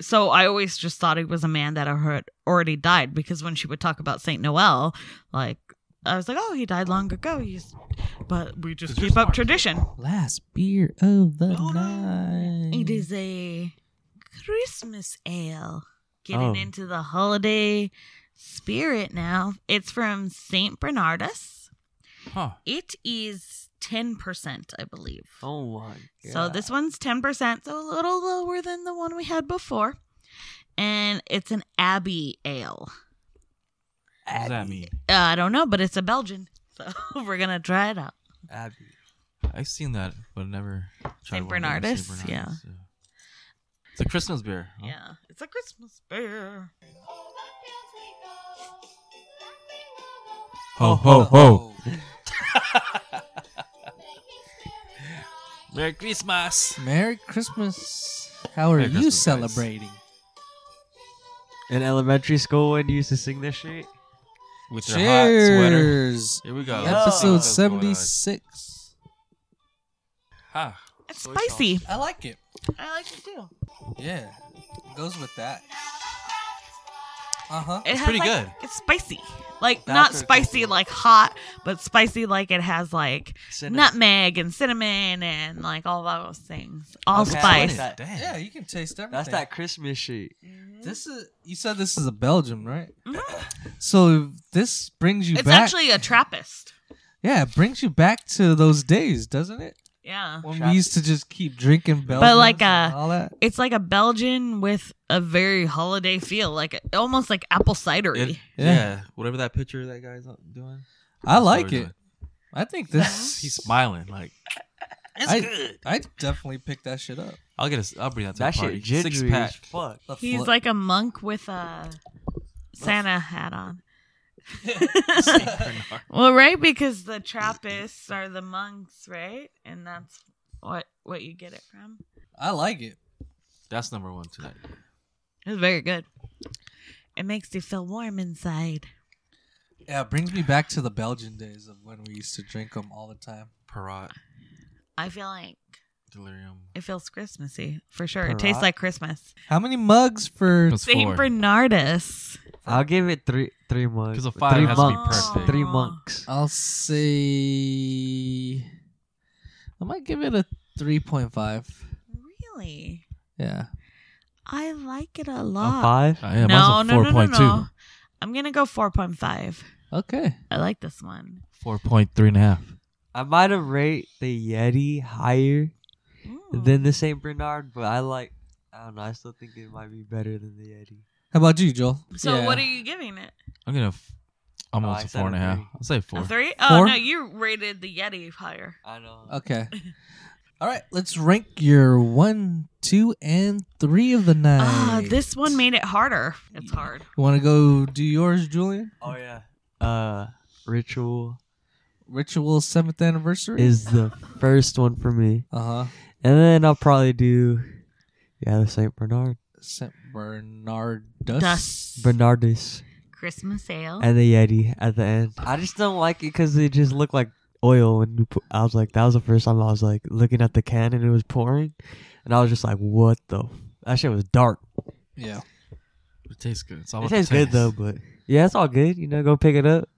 [SPEAKER 2] So I always just thought it was a man that I heard already died because when she would talk about Saint Noel, like I was like, oh, he died long ago. He's, but we just keep up tradition.
[SPEAKER 1] Last beer of the night.
[SPEAKER 2] It is a Christmas ale. Getting
[SPEAKER 4] Oh.
[SPEAKER 2] into the holiday spirit now. It's from Saint Bernardus.
[SPEAKER 3] Huh.
[SPEAKER 2] It is ten percent, I believe.
[SPEAKER 4] Oh my god.
[SPEAKER 2] So this one's 10%, so a little lower than the one we had before. And it's an Abbey ale.
[SPEAKER 3] What does that mean?
[SPEAKER 2] Uh, I don't know, but it's a Belgian. So we're going to try it out.
[SPEAKER 4] Abby.
[SPEAKER 3] I've seen that, but never tried
[SPEAKER 2] Saint
[SPEAKER 3] one that was
[SPEAKER 2] Bernardus,
[SPEAKER 3] Saint
[SPEAKER 2] yeah.
[SPEAKER 3] Bernardus, It's a Christmas beer. huh?
[SPEAKER 2] Yeah, it's a Christmas beer.
[SPEAKER 3] Ho,
[SPEAKER 4] Oh,
[SPEAKER 3] ho, ho. Merry Christmas.
[SPEAKER 1] Merry Christmas. How are you
[SPEAKER 3] Merry Christmas, guys.
[SPEAKER 1] celebrating?
[SPEAKER 4] In elementary school, when you used to sing this shit.
[SPEAKER 3] With your hot sweater.
[SPEAKER 1] Cheers.
[SPEAKER 3] Here we go.
[SPEAKER 1] Episode
[SPEAKER 3] Let's see what's going on.
[SPEAKER 1] 76.
[SPEAKER 3] Ha.
[SPEAKER 2] It's
[SPEAKER 3] Soy sauce.
[SPEAKER 2] spicy.
[SPEAKER 1] I like it.
[SPEAKER 2] I like it too.
[SPEAKER 1] Yeah. Goes with that. Uh huh.
[SPEAKER 2] It has
[SPEAKER 3] pretty
[SPEAKER 2] like-
[SPEAKER 3] good.
[SPEAKER 2] It's spicy. Like
[SPEAKER 1] That's
[SPEAKER 2] not
[SPEAKER 1] what it
[SPEAKER 2] spicy
[SPEAKER 1] tastes
[SPEAKER 2] like hot, but spicy like it has like
[SPEAKER 4] Cinnamon.
[SPEAKER 2] nutmeg and cinnamon and like all those things. All
[SPEAKER 4] Okay, I like
[SPEAKER 2] spice.
[SPEAKER 4] that.
[SPEAKER 3] Damn.
[SPEAKER 1] Yeah, you can taste everything.
[SPEAKER 4] That's that Christmas shit.
[SPEAKER 2] Mm-hmm.
[SPEAKER 1] This is. You said this is a Belgium, right?
[SPEAKER 2] Mhm.
[SPEAKER 1] So this brings you
[SPEAKER 2] It's
[SPEAKER 1] back.
[SPEAKER 2] actually a Trappist.
[SPEAKER 1] yeah, it brings you back to those days, doesn't it?
[SPEAKER 2] Yeah.
[SPEAKER 1] When we used to just keep drinking Belgians
[SPEAKER 2] like,
[SPEAKER 1] and
[SPEAKER 2] uh,
[SPEAKER 1] all that.
[SPEAKER 2] It's like a Belgian with a very holiday feel, like almost like apple cidery.
[SPEAKER 3] It- yeah.
[SPEAKER 1] Yeah.
[SPEAKER 3] Whatever that picture that guy's doing.
[SPEAKER 1] I
[SPEAKER 3] That's what
[SPEAKER 1] like
[SPEAKER 3] we're
[SPEAKER 1] it.
[SPEAKER 3] doing.
[SPEAKER 1] I think this.
[SPEAKER 3] He's smiling. Like
[SPEAKER 1] I, I definitely picked that shit up.
[SPEAKER 3] I'll get a. s- I'll bring that to
[SPEAKER 4] That
[SPEAKER 3] the
[SPEAKER 4] shit
[SPEAKER 3] party. Six
[SPEAKER 4] jittery as
[SPEAKER 3] pack.
[SPEAKER 4] fuck.
[SPEAKER 1] The
[SPEAKER 2] He's
[SPEAKER 1] fl-
[SPEAKER 2] like a monk with a Santa hat on. well, right, because the Trappists are the monks, right? And that's what what you get it from.
[SPEAKER 1] I like it.
[SPEAKER 3] That's number one tonight.
[SPEAKER 2] It's very good. It makes you feel warm inside.
[SPEAKER 1] Yeah, it brings me back to the Belgian days of when we used to drink them all the time.
[SPEAKER 3] Parrot.
[SPEAKER 2] I feel like
[SPEAKER 3] Delirium.
[SPEAKER 2] it feels Christmassy for sure. It
[SPEAKER 4] Parrot?
[SPEAKER 2] tastes like Christmas.
[SPEAKER 1] How many mugs for?
[SPEAKER 3] That's
[SPEAKER 2] Saint
[SPEAKER 3] four. Uh,
[SPEAKER 2] Bernardus.
[SPEAKER 4] I'll give it three three months.
[SPEAKER 3] 'Cause a five
[SPEAKER 4] three
[SPEAKER 3] has to be
[SPEAKER 4] months.
[SPEAKER 3] perfect.
[SPEAKER 4] Three months.
[SPEAKER 1] I'll say. I might give it a three point five.
[SPEAKER 2] Really?
[SPEAKER 1] Yeah.
[SPEAKER 2] I like it a
[SPEAKER 4] A
[SPEAKER 2] lot.
[SPEAKER 4] five.
[SPEAKER 3] I am.
[SPEAKER 2] no,
[SPEAKER 3] Mine's a
[SPEAKER 2] no, no, no,
[SPEAKER 3] 4.2.
[SPEAKER 2] no. I'm gonna go 4.5.
[SPEAKER 1] Okay.
[SPEAKER 2] I like this one.
[SPEAKER 3] 4.3 and a half.
[SPEAKER 4] I might have rate the Yeti higher than the Saint Bernard, but I like. I don't know. I still think it might be better than the Yeti.
[SPEAKER 1] How about you, Joel?
[SPEAKER 2] so,
[SPEAKER 1] Yeah.
[SPEAKER 2] what are you giving it?
[SPEAKER 3] I'm gonna. F- I'm
[SPEAKER 4] Oh,
[SPEAKER 3] gonna
[SPEAKER 4] I
[SPEAKER 3] say
[SPEAKER 4] said
[SPEAKER 3] four
[SPEAKER 4] a
[SPEAKER 3] and a half.
[SPEAKER 4] three.
[SPEAKER 3] I'll say four.
[SPEAKER 2] A three? Oh
[SPEAKER 1] Four?
[SPEAKER 2] no, you rated the Yeti higher.
[SPEAKER 4] I know.
[SPEAKER 1] Okay. All right. Let's rank your one, two, and three of the night.
[SPEAKER 2] Ah, this one made it harder. It's hard.
[SPEAKER 1] You want to go do yours, Julian?
[SPEAKER 4] Oh yeah. Uh, ritual
[SPEAKER 1] Ritual seventh anniversary.
[SPEAKER 4] is the first one for me,
[SPEAKER 1] uh huh.
[SPEAKER 4] and then I'll probably do. Yeah, the Saint Bernard,
[SPEAKER 1] Saint Bernardus.
[SPEAKER 2] Dust.
[SPEAKER 4] Bernardus,
[SPEAKER 2] Christmas ale.
[SPEAKER 4] and the Yeti at the end. I just don't like it because they just look like oil when you put, I was like that was the first time I was like looking at the can and it was pouring, and I was just like, what the? That shit was dark.
[SPEAKER 1] Yeah.
[SPEAKER 3] It tastes good. It's all
[SPEAKER 4] It
[SPEAKER 3] about the
[SPEAKER 4] tastes good
[SPEAKER 3] taste.
[SPEAKER 4] though, but yeah, it's all good. You know, go pick it up.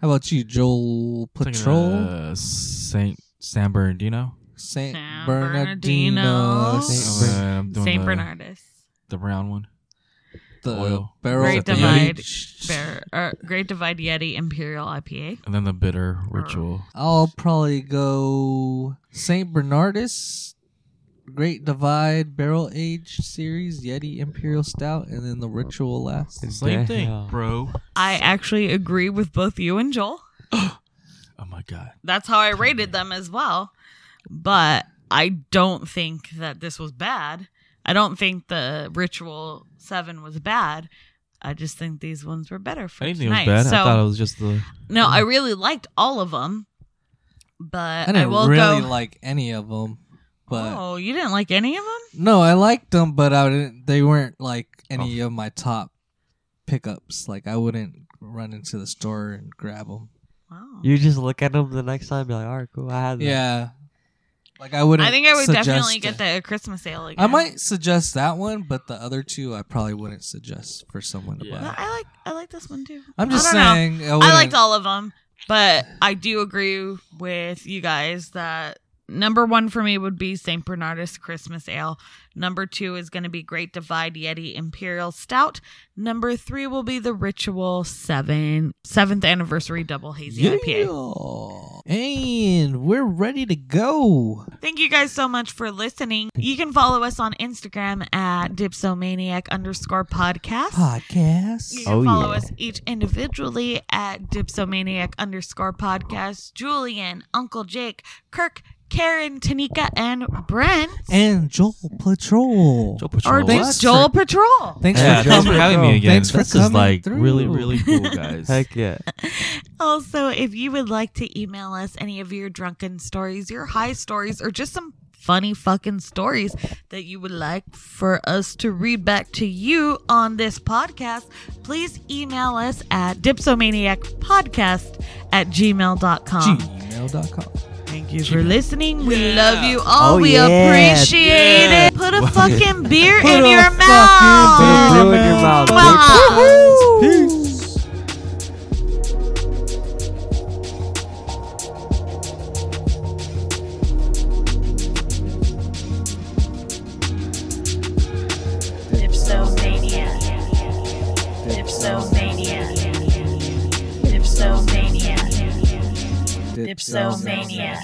[SPEAKER 1] How about you, Joel
[SPEAKER 3] Taking,
[SPEAKER 1] Patrol?
[SPEAKER 3] uh, Saint San Bernardino.
[SPEAKER 1] Saint
[SPEAKER 2] San
[SPEAKER 1] Bernardino,
[SPEAKER 2] Bernardino.
[SPEAKER 1] Saint
[SPEAKER 4] Saint
[SPEAKER 1] Ber-
[SPEAKER 3] Uh, I'm doing
[SPEAKER 2] Saint
[SPEAKER 3] the,
[SPEAKER 2] Bernardus.
[SPEAKER 3] The brown one.
[SPEAKER 1] the
[SPEAKER 3] Oil.
[SPEAKER 1] barrel
[SPEAKER 2] Great
[SPEAKER 1] of the
[SPEAKER 2] Divide
[SPEAKER 1] Yeti.
[SPEAKER 2] Bear, or Great Divide Yeti Imperial IPA.
[SPEAKER 3] And then the bitter ritual.
[SPEAKER 1] I'll probably go Saint Bernardus, Great Divide Barrel Age Series Yeti Imperial Stout, and then the Ritual last.
[SPEAKER 3] Same
[SPEAKER 4] Yeah.
[SPEAKER 3] thing, bro.
[SPEAKER 2] I actually agree with both you and Joel.
[SPEAKER 3] Oh my god.
[SPEAKER 2] That's how I rated them as well. But I don't think that this was bad. I don't think the Ritual 7 was bad. I just think these ones were better for
[SPEAKER 3] Anything
[SPEAKER 2] tonight.
[SPEAKER 3] was bad.
[SPEAKER 2] So,
[SPEAKER 3] I thought it was just the
[SPEAKER 2] no, I really liked all of them. But
[SPEAKER 1] I
[SPEAKER 2] I,
[SPEAKER 1] didn't
[SPEAKER 2] will
[SPEAKER 1] really
[SPEAKER 2] go.
[SPEAKER 1] like any of them, but
[SPEAKER 2] oh, you didn't like any of them?
[SPEAKER 1] no, I liked them, but I didn't. They weren't like any of my top pickups. Like I wouldn't run into the store and grab them.
[SPEAKER 2] Wow.
[SPEAKER 4] You just look at them the next time. Be like, all right, cool. I had that.
[SPEAKER 1] Yeah, like I wouldn't.
[SPEAKER 2] I think I would
[SPEAKER 1] suggest
[SPEAKER 2] definitely
[SPEAKER 1] it.
[SPEAKER 2] get the Christmas sale again.
[SPEAKER 1] I might suggest that one, but the other two I probably wouldn't suggest for someone to
[SPEAKER 3] Yeah.
[SPEAKER 2] But
[SPEAKER 1] buy.
[SPEAKER 2] I like I like this one too.
[SPEAKER 1] I'm just
[SPEAKER 2] I don't know.
[SPEAKER 1] saying. I,
[SPEAKER 2] I
[SPEAKER 1] wouldn't-
[SPEAKER 2] liked all of them, but I do agree with you guys that number one for me would be St. Bernardus Christmas Ale. Number two is going to be Great Divide Yeti Imperial Stout. Number three will be the Ritual Seven Seventh Anniversary Double Hazy IPA.
[SPEAKER 1] Yeah. And we're ready to go.
[SPEAKER 2] Thank you guys so much for listening. You can follow us on Instagram at dipsomaniac underscore podcast. You
[SPEAKER 1] Podcast.
[SPEAKER 2] can
[SPEAKER 4] Oh,
[SPEAKER 2] follow
[SPEAKER 4] yeah.
[SPEAKER 2] us each individually at dipsomaniac underscore podcast. Julian, Uncle Jake, Kirk, Karen, Tanika, and Brent.
[SPEAKER 1] And Joel Patrol.
[SPEAKER 3] Joe
[SPEAKER 2] Or
[SPEAKER 3] Patrol.
[SPEAKER 1] thanks-
[SPEAKER 2] just Joel Patrol.
[SPEAKER 1] Thanks
[SPEAKER 3] yeah,
[SPEAKER 1] for
[SPEAKER 3] thanks for
[SPEAKER 1] coming.
[SPEAKER 3] having me again.
[SPEAKER 1] Thanks for
[SPEAKER 3] this is
[SPEAKER 1] coming
[SPEAKER 3] like really,
[SPEAKER 1] through.
[SPEAKER 3] really cool, guys.
[SPEAKER 4] Heck yeah.
[SPEAKER 2] Also, if you would like to email us any of your drunken stories, your high stories, or just some funny fucking stories that you would like for us to read back to you on this podcast, please email us at dipsomaniacpodcast at gmail.com.
[SPEAKER 1] Gmail.com.
[SPEAKER 2] Thank you for listening. We love you all.
[SPEAKER 4] Oh,
[SPEAKER 2] we
[SPEAKER 4] yeah.
[SPEAKER 2] appreciate
[SPEAKER 3] Yeah.
[SPEAKER 2] it. Put a
[SPEAKER 3] Wow.
[SPEAKER 2] fucking beer
[SPEAKER 1] Put
[SPEAKER 2] in
[SPEAKER 1] a
[SPEAKER 2] your
[SPEAKER 1] fucking
[SPEAKER 2] mouth.
[SPEAKER 1] beer
[SPEAKER 4] Put a brew in your
[SPEAKER 2] Mwah.
[SPEAKER 4] mouth,
[SPEAKER 1] Peace.
[SPEAKER 5] Dipsomania. Dipsomania. Dipsomania. Dipsomania.